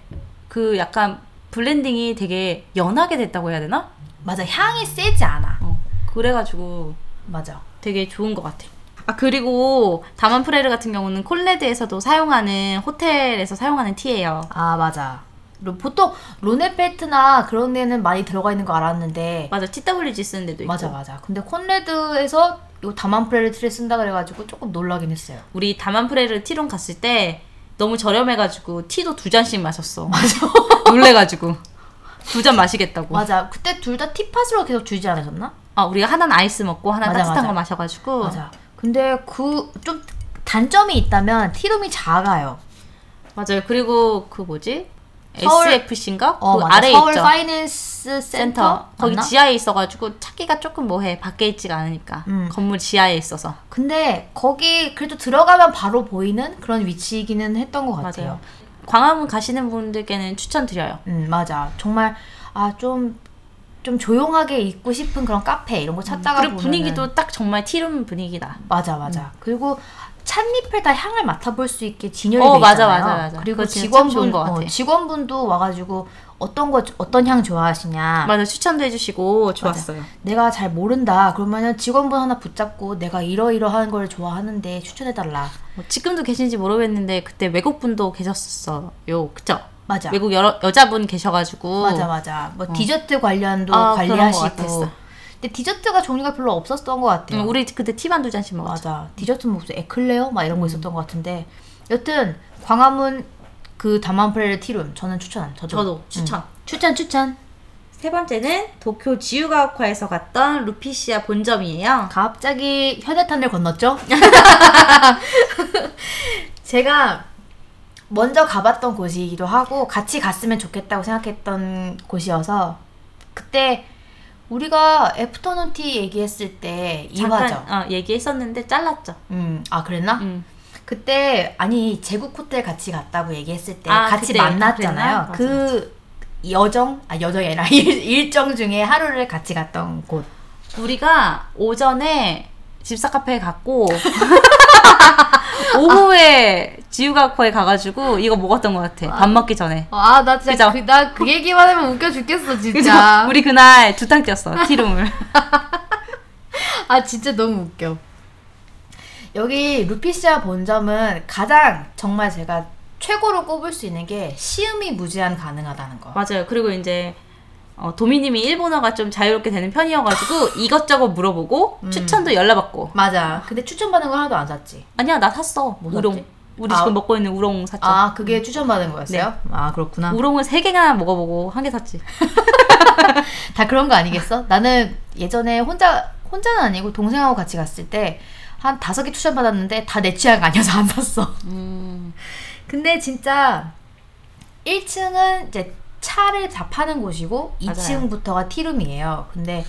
A: 그 약간 블렌딩이 되게 연하게 됐다고 해야 되나?
B: 맞아 향이 세지 않아
A: 어. 그래가지고
B: 맞아
A: 되게 좋은 것 같아. 아 그리고 다만 프레르 같은 경우는 콜레드에서도 사용하는 호텔에서 사용하는 티예요.
B: 아 맞아 로- 보통 로네페트나 그런 데는 많이 들어가 있는 거 알았는데
A: 맞아, TWG 쓰는 데도 있고.
B: 맞아 맞아 근데 콘레드에서 이 다만프레를 틀에 쓴다 그래가지고 조금 놀라긴 했어요
A: 우리 다만 프레르 티롱 갔을 때 너무 저렴해가지고 티도 두 잔씩
B: <laughs>
A: 마셨어. 맞아. 놀래가지고 두 잔 마시겠다고.
B: 맞아 그때 둘 다 티팟으로 계속 주지 않으셨나?
A: 아 우리가 하나는 아이스 먹고 하나 는
B: 맞아,
A: 따뜻한
B: 맞아.
A: 거 마셔가지고.
B: 맞아 근데 그 좀 단점이 있다면 티룸이 작아요
A: 맞아요. 그리고 그 뭐지?
B: 서울-
A: SFC인가?
B: 어
A: 그
B: 맞아
A: 아래 에
B: 서울
A: 있죠.
B: 파이낸스 센터,
A: 센터. 거기
B: 맞나?
A: 지하에 있어가지고 찾기가 조금 뭐해. 밖에 있지가 않으니까.
B: 음.
A: 건물 지하에 있어서.
B: 근데 거기 그래도 들어가면 바로 보이는 그런 위치이기는 했던 것 같아요
A: 맞아요. 광화문 가시는 분들께는 추천드려요.
B: 음 맞아 정말 아 좀 좀 조용하게 있고 싶은 그런 카페 이런 거
A: 음,
B: 찾다가
A: 그리고
B: 보면은-
A: 분위기도 음. 딱 정말 티룸 분위기다.
B: 맞아 맞아 그리고 찻잎을 다 향을 맡아볼 수 있게 진열이
A: 어,
B: 돼
A: 맞아,
B: 있잖아요
A: 맞아, 맞아.
B: 그리고
A: 그거 진짜 참 좋은
B: 직원분
A: 것 같아.
B: 어, 직원분도 와가지고 어떤 거 어떤 향 좋아하시냐
A: 맞아 추천도 해주시고 좋았어요.
B: 내가 잘 모른다 그러면은 직원분 하나 붙잡고 내가 이러이러한 걸 좋아하는데 추천해달라
A: 어, 지금도 계신지 모르겠는데 그때 외국 분도 계셨었어요. 그쵸?
B: 맞아
A: 외국 여러, 여자분 계셔가지고
B: 네. 맞아 맞아 뭐
A: 어.
B: 디저트 관련도
A: 아, 그런 것
B: 관리하시고
A: 같았어.
B: 근데 디저트가 종류가 별로 없었던 것 같아요
A: 응, 음, 우리 그때 티 반 두 잔씩 먹었죠.
B: 맞아. 음. 디저트는 무슨 에클레어 막 이런 거 있었던 것 같은데 여튼 광화문 그 다만플레르 티룸 저는 추천함. 저도,
A: 저도 추천.
B: 응. 추천 추천.
A: 세 번째는 도쿄 지우가오카에서 갔던 루피시아 본점이에요.
B: 갑자기 현해탄을 건넜죠? <laughs> 제가 먼저 가봤던 곳이기도 하고 같이 갔으면 좋겠다고 생각했던 곳이어서 그때 우리가 애프터눈 티 얘기했을 때 이화죠.
A: 잠깐 어, 얘기했었는데 잘랐죠.
B: 음, 아 그랬나?
A: 음.
B: 그때 아니 제국 호텔 같이 갔다고 얘기했을 때
A: 아,
B: 같이
A: 그래.
B: 만났잖아요.
A: 그랬나? 맞아,
B: 그 여정 아 여정이 아니라 <laughs> 일, 일정 중에 하루를 같이 갔던 곳.
A: 우리가 오전에 집사 카페에 <laughs> 갔고 오후에 지우가오카에 가가지고 이거 먹었던 것 같아. 밥 먹기 전에.
B: 아 나
A: 진짜
B: 그 나 그 얘기만 하면 웃겨 죽겠어
A: 그죠?
B: <laughs>
A: 우리 그날 두탕 뛰었어 티룸을.
B: 아 진짜 너무 웃겨. 여기 루피시아 본점은 가장 정말 제가 최고로 꼽을 수 있는 게 시음이 무제한 가능하다는
A: <laughs>
B: 거.
A: 맞아요. 그리고 이제 어, 도미님이 일본어가 좀 자유롭게 되는 편이어가지고 이것저것 물어보고 추천도 연락받고.
B: 맞아. 근데 추천받은 건 하나도 안 샀지.
A: 아니야 나 샀어.
B: 뭐
A: 우롱.
B: 샀지?
A: 우리
B: 아.
A: 지금 먹고 있는 우롱 샀죠.
B: 아 그게 추천받은 거였어요? 아 그렇구나.
A: 우롱을 세 개나 먹어보고 한 개 샀지.
B: 다 그런 거 아니겠어? 나는 예전에 혼자 혼자는 아니고 동생하고 같이 갔을 때 한 다섯 개 추천 받았는데 다 내 취향 아니어서 안 샀어. <laughs>
A: 음.
B: 근데 진짜 1층은 이제 차를 다 파는 곳이고
A: 맞아요.
B: 2층부터가 티룸이에요. 근데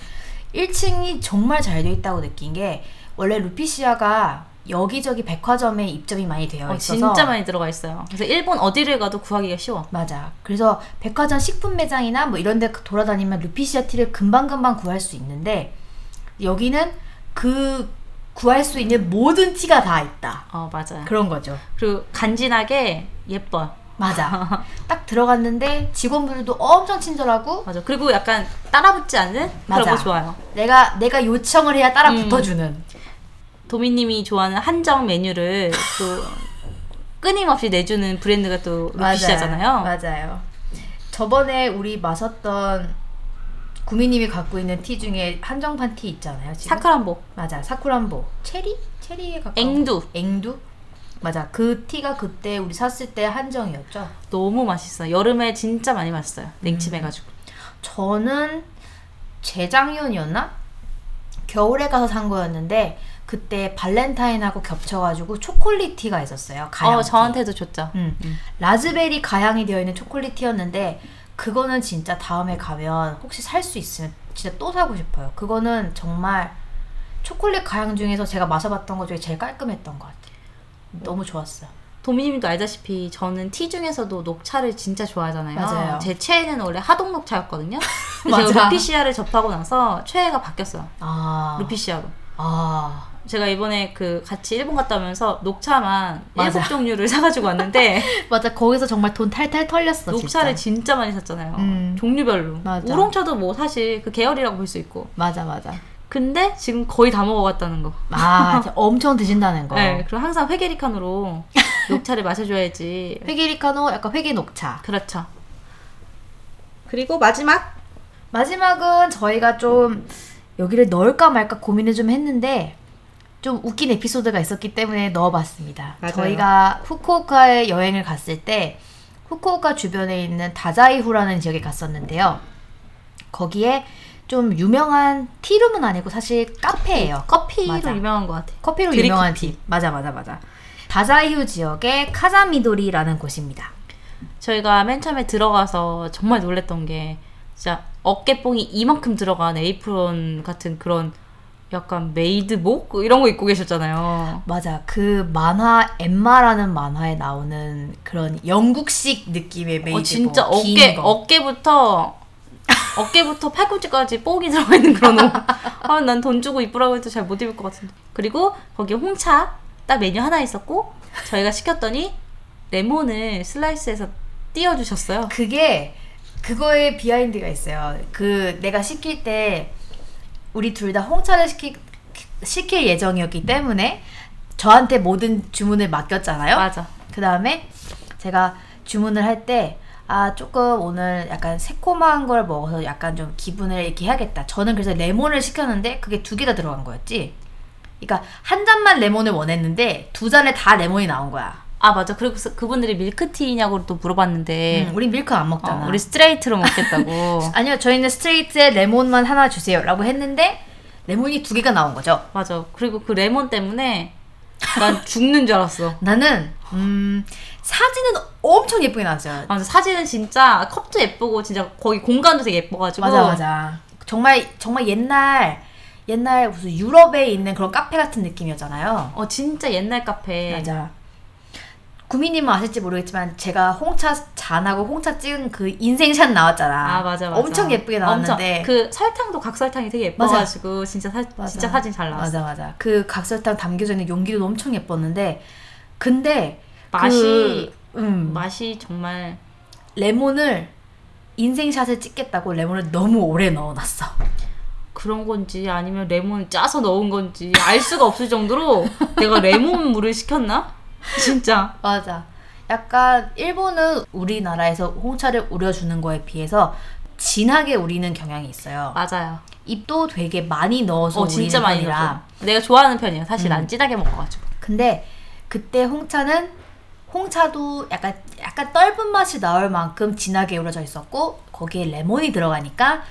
B: 1층이 정말 잘 돼 있다고 느낀 게 원래 루피시아가 여기저기 백화점에 입점이 많이 되어
A: 어,
B: 아, 있어서
A: 진짜 많이 들어가 있어요. 그래서 일본 어디를 가도 구하기가 쉬워.
B: 맞아. 그래서 백화점 식품 매장이나 뭐 이런 데 돌아다니면 루피시아 티를 금방금방 구할 수 있는데 여기는 그 구할 수 있는 모든 티가 다 있다.
A: 어 맞아요.
B: 그런 거죠.
A: 그리고 간지나게 예뻐. <laughs>
B: 맞아. 딱 들어갔는데 직원분들도 엄청 친절하고
A: 맞아. 그리고 약간 따라붙지 않는 그런
B: 맞아.
A: 거 좋아요.
B: 내가 내가 요청을 해야
A: 음.
B: 따라 붙어주는.
A: 도미님이 좋아하는 한정 메뉴를 또 끊임없이 내주는 브랜드가 또 루피시아잖아요.
B: 맞아요. 저번에 우리 마셨던 구미님이 갖고 있는 티 중에 한정판 티 있잖아요. 지금.
A: 사카란보.
B: 맞아 사쿠란보 체리 체리에 가까운
A: 앵두.
B: 앵두 맞아 그 티가 그때 우리 샀을 때 한정이었죠
A: 너무 맛있어요. 여름에 진짜 많이 맛있어요.
B: 음.
A: 냉침해가지고.
B: 저는 재작년이었나 겨울에 가서 산 거였는데 그때 발렌타인하고 겹쳐가지고 초콜릿 티가 있었어요 가양
A: 어,
B: 티.
A: 저한테도 줬죠.
B: 음.
A: 음.
B: 라즈베리 가양이 되어 있는 초콜릿 티였는데 그거는 진짜 다음에 가면 혹시 살 수 있으면 진짜 또 사고 싶어요 그거는 정말 초콜릿 가양 중에서 제가 마셔봤던 것 중에 제일 깔끔했던 것 같아요 너무 좋았어요
A: 도미님도 알다시피 저는 티 중에서도 녹차를 진짜 좋아하잖아요.
B: 맞아요.
A: 제 최애는 원래 하동 녹차였거든요. 근데
B: <laughs> 맞아.
A: 제가 루피시아를 접하고 나서 최애가 바뀌었어요.
B: 아
A: 루피시아로.
B: 아,
A: 제가 이번에 그 같이 일본 갔다 오면서 녹차만
B: 맞아.
A: 일곱 종류를 사가지고
B: <laughs>
A: 왔는데
B: 맞아 거기서 정말 돈 탈탈 털렸어
A: 녹차를
B: 진짜.
A: 진짜 많이 샀잖아요.
B: 음.
A: 종류별로.
B: 맞아.
A: 우롱차도 뭐 사실 그 계열이라고 볼 수 있고.
B: 맞아 맞아
A: 근데 지금 거의 다 먹어갔다는 거.
B: 아 진짜 엄청 드신다는 거
A: 네, 그리고 항상 회계리칸으로 <laughs> 녹차를 마셔줘야지.
B: 회계리카노 약간 회계 녹차
A: 그렇죠.
C: 그리고 마지막
B: 마지막은 저희가 좀 여기를 넣을까 말까 고민을 좀 했는데 좀 웃긴 에피소드가 있었기 때문에 넣어봤습니다.
C: 맞아요.
B: 저희가 후쿠오카에 여행을 갔을 때 후쿠오카 주변에 있는 다자이후라는 지역에 갔었는데요. 거기에 좀 유명한 티룸은 아니고 사실 카페예요.
A: 커피로
B: 맞아.
A: 유명한 것 같아요.
B: 커피로
A: 드립
B: 유명한 집. 맞아 맞아 맞아. 다자이후 지역의 카자미도리라는 곳입니다.
A: 저희가 맨 처음에 들어가서 정말 놀랬던 게 진짜 어깨뽕이 이만큼 들어간 에이프론 같은 그런 약간 메이드복 이런 거 입고 계셨잖아요. 어,
B: 맞아. 그 만화 엠마라는 만화에 나오는 그런 영국식 느낌의 메이드복.
A: 어, 진짜
B: 긴
A: 어깨
B: 거.
A: 어깨부터 어깨부터 팔꿈치까지 뽕이 들어가 있는 그런 옷. <laughs> 아, 난 돈 주고 입으라고 해도 잘 못 입을 것 같은데. 그리고 거기 홍차 딱 메뉴 하나 있었고 저희가 시켰더니 레몬을 슬라이스해서 띄워 주셨어요.
B: 그게 그거에 비하인드가 있어요. 그 내가 시킬 때 우리 둘 다 홍차를 시키, 시킬 예정이었기 때문에 저한테 모든 주문을 맡겼잖아요.
A: 맞아.
B: 그 다음에 제가 주문을 할 때 아 조금 오늘 약간 새콤한 걸 먹어서 약간 좀 기분을 이렇게 해야겠다. 저는 그래서 레몬을 시켰는데 그게 두 개 다 들어간 거였지. 그러니까 한 잔만 레몬을 원했는데 두 잔에 다 레몬이 나온 거야.
A: 아 맞아. 그리고 그- 그분들이 밀크티냐고 또 물어봤는데
B: 음, 우리 밀크 안 먹잖아.
A: 네. 어, 우리 스트레이트로 먹겠다고.
B: 아니요 저희는 스트레이트에 레몬만 하나 주세요라고 했는데 레몬이 두 개가 나온 거죠.
A: <laughs> 맞아. 그리고 그 레몬 때문에 난 죽는 줄 알았어.
B: 나는 음 사진은 엄청 예쁘게 나왔어요.
A: 아, 근데 사진은 진짜 컵도 예쁘고 진짜 거기 공간도 되게 예뻐가지고
B: 맞아 맞아. 정말 정말 옛날 옛날 무슨 유럽에 있는 그런 카페 같은 느낌이었잖아요.
A: 어 진짜 옛날 카페.
B: 맞아. 구미님은 아실지 모르겠지만 제가 홍차 잔하고 홍차 찍은 그 인생샷 나왔잖아.
A: 아 맞아 맞아.
B: 엄청 예쁘게 나왔는데.
A: 엄청. 그 설탕도 각설탕이 되게 예뻐가지고 진짜 사,
B: 맞아.
A: 진짜 사진 잘 나왔어.
B: 맞아 맞아. 그 각설탕 담겨져 있는 용기도 엄청 예뻤는데 근데
A: 맛이
B: 그, 음,
A: 맛이 정말
B: 레몬을 인생샷을 찍겠다고 레몬을 너무 오래 넣어놨어.
A: 그런 건지 아니면 레몬 짜서 넣은 건지 알 수가 없을 정도로 내가 레몬 물을 시켰나? 진짜.
B: 맞아. 약간 일본은 우리나라에서 홍차를 우려주는 거에 비해서 진하게 우리는 경향이 있어요.
A: 맞아요.
B: 입도 되게 많이 넣어서
A: 어 진짜 많이
B: 우리는 편이라.
A: 넣어. 내가 좋아하는 편이에요. 사실
B: 음.
A: 안 진하게 먹어가지고.
B: 근데 그때 홍차는 홍차도 약간 약간 떫은 맛이 나올 만큼 진하게 우려져 있었고 거기에 레몬이 들어가니까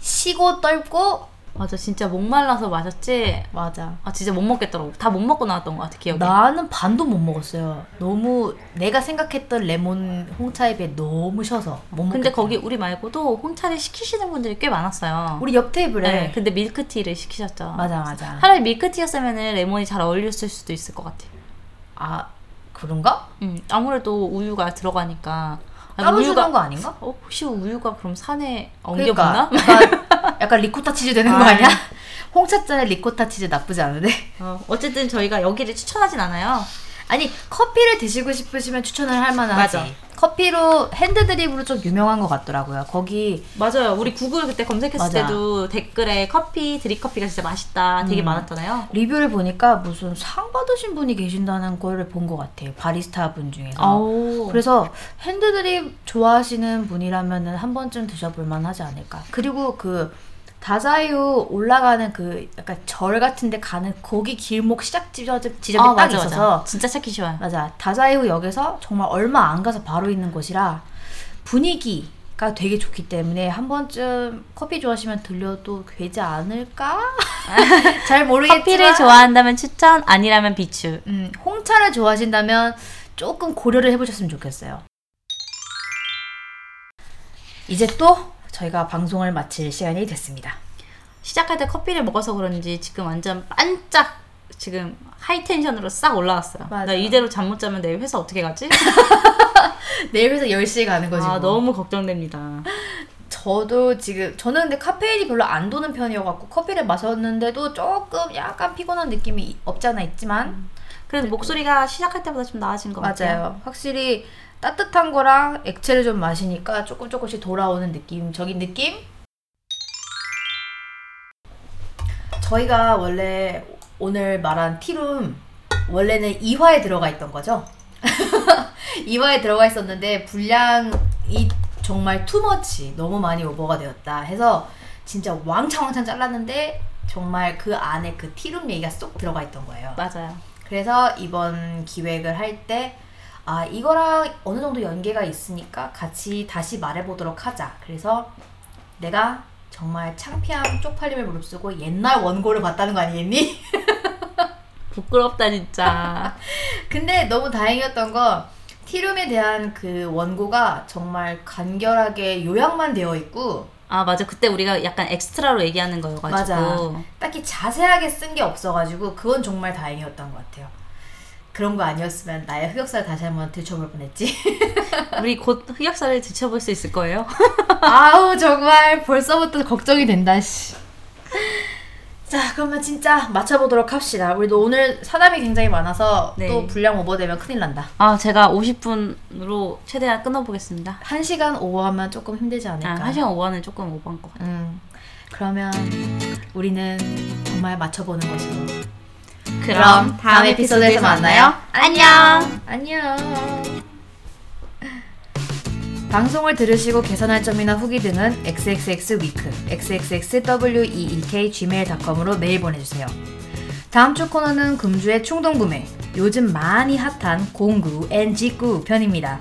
B: 시고 떫고
A: 맞아 진짜 목말라서 마셨지.
B: 맞아.
A: 아 진짜 못 먹겠더라고. 다 못 먹고 나왔던 것 같아 기억에.
B: 나는 반도 못 먹었어요. 너무 내가 생각했던 레몬 홍차에 비해 너무 셔서 못 먹.
A: 근데 거기 우리 말고도 홍차를 시키시는 분들이 꽤 많았어요.
B: 우리 옆 테이블에
A: 네, 근데 밀크티를 시키셨죠.
B: 맞아 맞아.
A: 차라리 밀크티였으면 레몬이 잘 어울렸을 수도 있을 것 같아.
B: 아 그런가?
A: 음, 아무래도 우유가 들어가니까. 아니,
B: 따로 주는 거 아닌가?
A: 어, 혹시 우유가 그럼 산에
B: 그러니까
A: 엉겨붙나? <laughs>
B: 약간, 약간 리코타 치즈 되는 거
A: 아.
B: 아니야? <laughs> 홍차잔에 리코타 치즈 나쁘지 않은데? <laughs>
A: 어, 어쨌든 저희가 여기를 추천하진 않아요.
B: 아니 커피를 드시고 싶으시면 추천을 할 만하지.
A: 맞아.
B: 커피로 핸드드립으로 좀 유명한 것 같더라고요. 거기
A: 맞아요. 우리 구글 그때 검색했을
B: 맞아.
A: 때도 댓글에 커피, 드립커피가 진짜 맛있다 되게
B: 음.
A: 많았잖아요.
B: 리뷰를 보니까 무슨 상 받으신 분이 계신다는 거를 본 것 같아요. 바리스타 분
A: 어.
B: 중에서.
A: 아우.
B: 그래서 핸드드립 좋아하시는 분이라면은 한 번쯤 드셔볼 만하지 않을까. 그리고 그 다자유 올라가는 그 약간 절 같은데 가는 거기 길목 시작 지점 지점이
A: 아,
B: 딱
A: 맞아,
B: 있어서
A: 맞아. 진짜 찾기 쉬워요.
B: 맞아. 다자이후 역에서 정말 얼마 안 가서 바로 있는 곳이라 분위기가 되게 좋기 때문에 한 번쯤 커피 좋아하시면 들려도
A: <laughs>
B: 되지 않을까? 잘 모르겠지만
A: 커피를 좋아한다면 추천, 아니라면 비추.
B: 음, 홍차를 좋아하신다면 조금 고려를 해보셨으면 좋겠어요. 이제 또 저희가 방송을 마칠 시간이 됐습니다.
A: 시작할 때 커피를 먹어서 그런지 지금 완전 반짝 지금 하이텐션으로 싹 올라왔어요.
B: 맞아.
A: 나 이대로 잠 못 자면 내일 회사 어떻게 <laughs> 가지?
B: 내일 회사 10시에 가는 거지.
A: 아
B: 뭐.
A: 너무 걱정됩니다.
B: 저도 지금 저는 근데 카페인이 별로 안 도는 편이어갖고 커피를 마셨는데도 조금 약간 피곤한 느낌이 없지 않아 있지만
D: 그래도 목소리가 시작할 때보다 좀 나아진 것 같아요.
B: 맞아요. 확실히 따뜻한 거랑 액체를 좀 마시니까 조금 조금씩 돌아오는 느낌, 저기 느낌. 저희가 원래 오늘 말한 티룸 원래는 2화에 들어가 있던 거죠. <laughs> 2화에 들어가 있었는데 분량이 정말 투머치 너무 많이 오버가 되었다 해서 진짜 왕창왕창 잘랐는데 정말 그 안에 그 티룸 얘기가 쏙 들어가 있던 거예요.
D: 맞아요.
B: 그래서 이번 기획을 할 때, 아, 이거랑 어느 정도 연계가 있으니까 같이 다시 말해보도록 하자. 그래서 내가 정말 창피함 쪽팔림을 무릅쓰고 옛날 원고를 봤다는 거 아니겠니? <laughs>
D: 부끄럽다
A: <laughs>
D: 진짜.
B: 근데 너무 다행이었던 건 티룸에 대한 그 원고가 정말 간결하게 요약만 되어 있고
D: 아 맞아. 그때 우리가 약간 엑스트라로 얘기하는 거여가지고.
B: 맞아. 딱히 자세하게 쓴 게 없어가지고 그건 정말 다행이었던 것 같아요. 그런 거 아니었으면 나의 흑역사를 다시 한번 들춰볼 뻔했지.
D: 우리 곧 흑역사를 지켜볼 수 있을 거예요.
B: 아우 정말 벌써부터 걱정이 된다 씨. 자 그러면 진짜 맞춰보도록 합시다. 우리도 오늘 사담이 굉장히 많아서
D: 네.
B: 또 분량 오버되면 큰일 난다.
D: 아 제가 50분으로 최대한 끊어보겠습니다.
B: 1시간 오버하면 조금 힘들지
D: 아,
B: 않을까.
D: 1시간 5화는 조금 오버한 것 같아요.
B: 음, 그러면 우리는 정말 맞춰보는 것으로.
D: 그럼 다음 에피소드에서 만나요. 안녕.
B: 안녕. 방송을 들으시고 개선할 점이나 후기 등은 xxxweek, xxxweekgmail.com으로 메일 보내주세요. 다음 주 코너는 금주의 충동구매, 요즘 많이 핫한 공구 and 직구 편입니다.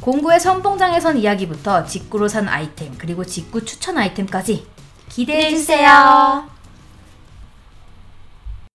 B: 공구의 선봉장에선 이야기부터 직구로 산 아이템, 그리고 직구 추천 아이템까지 기대해주세요.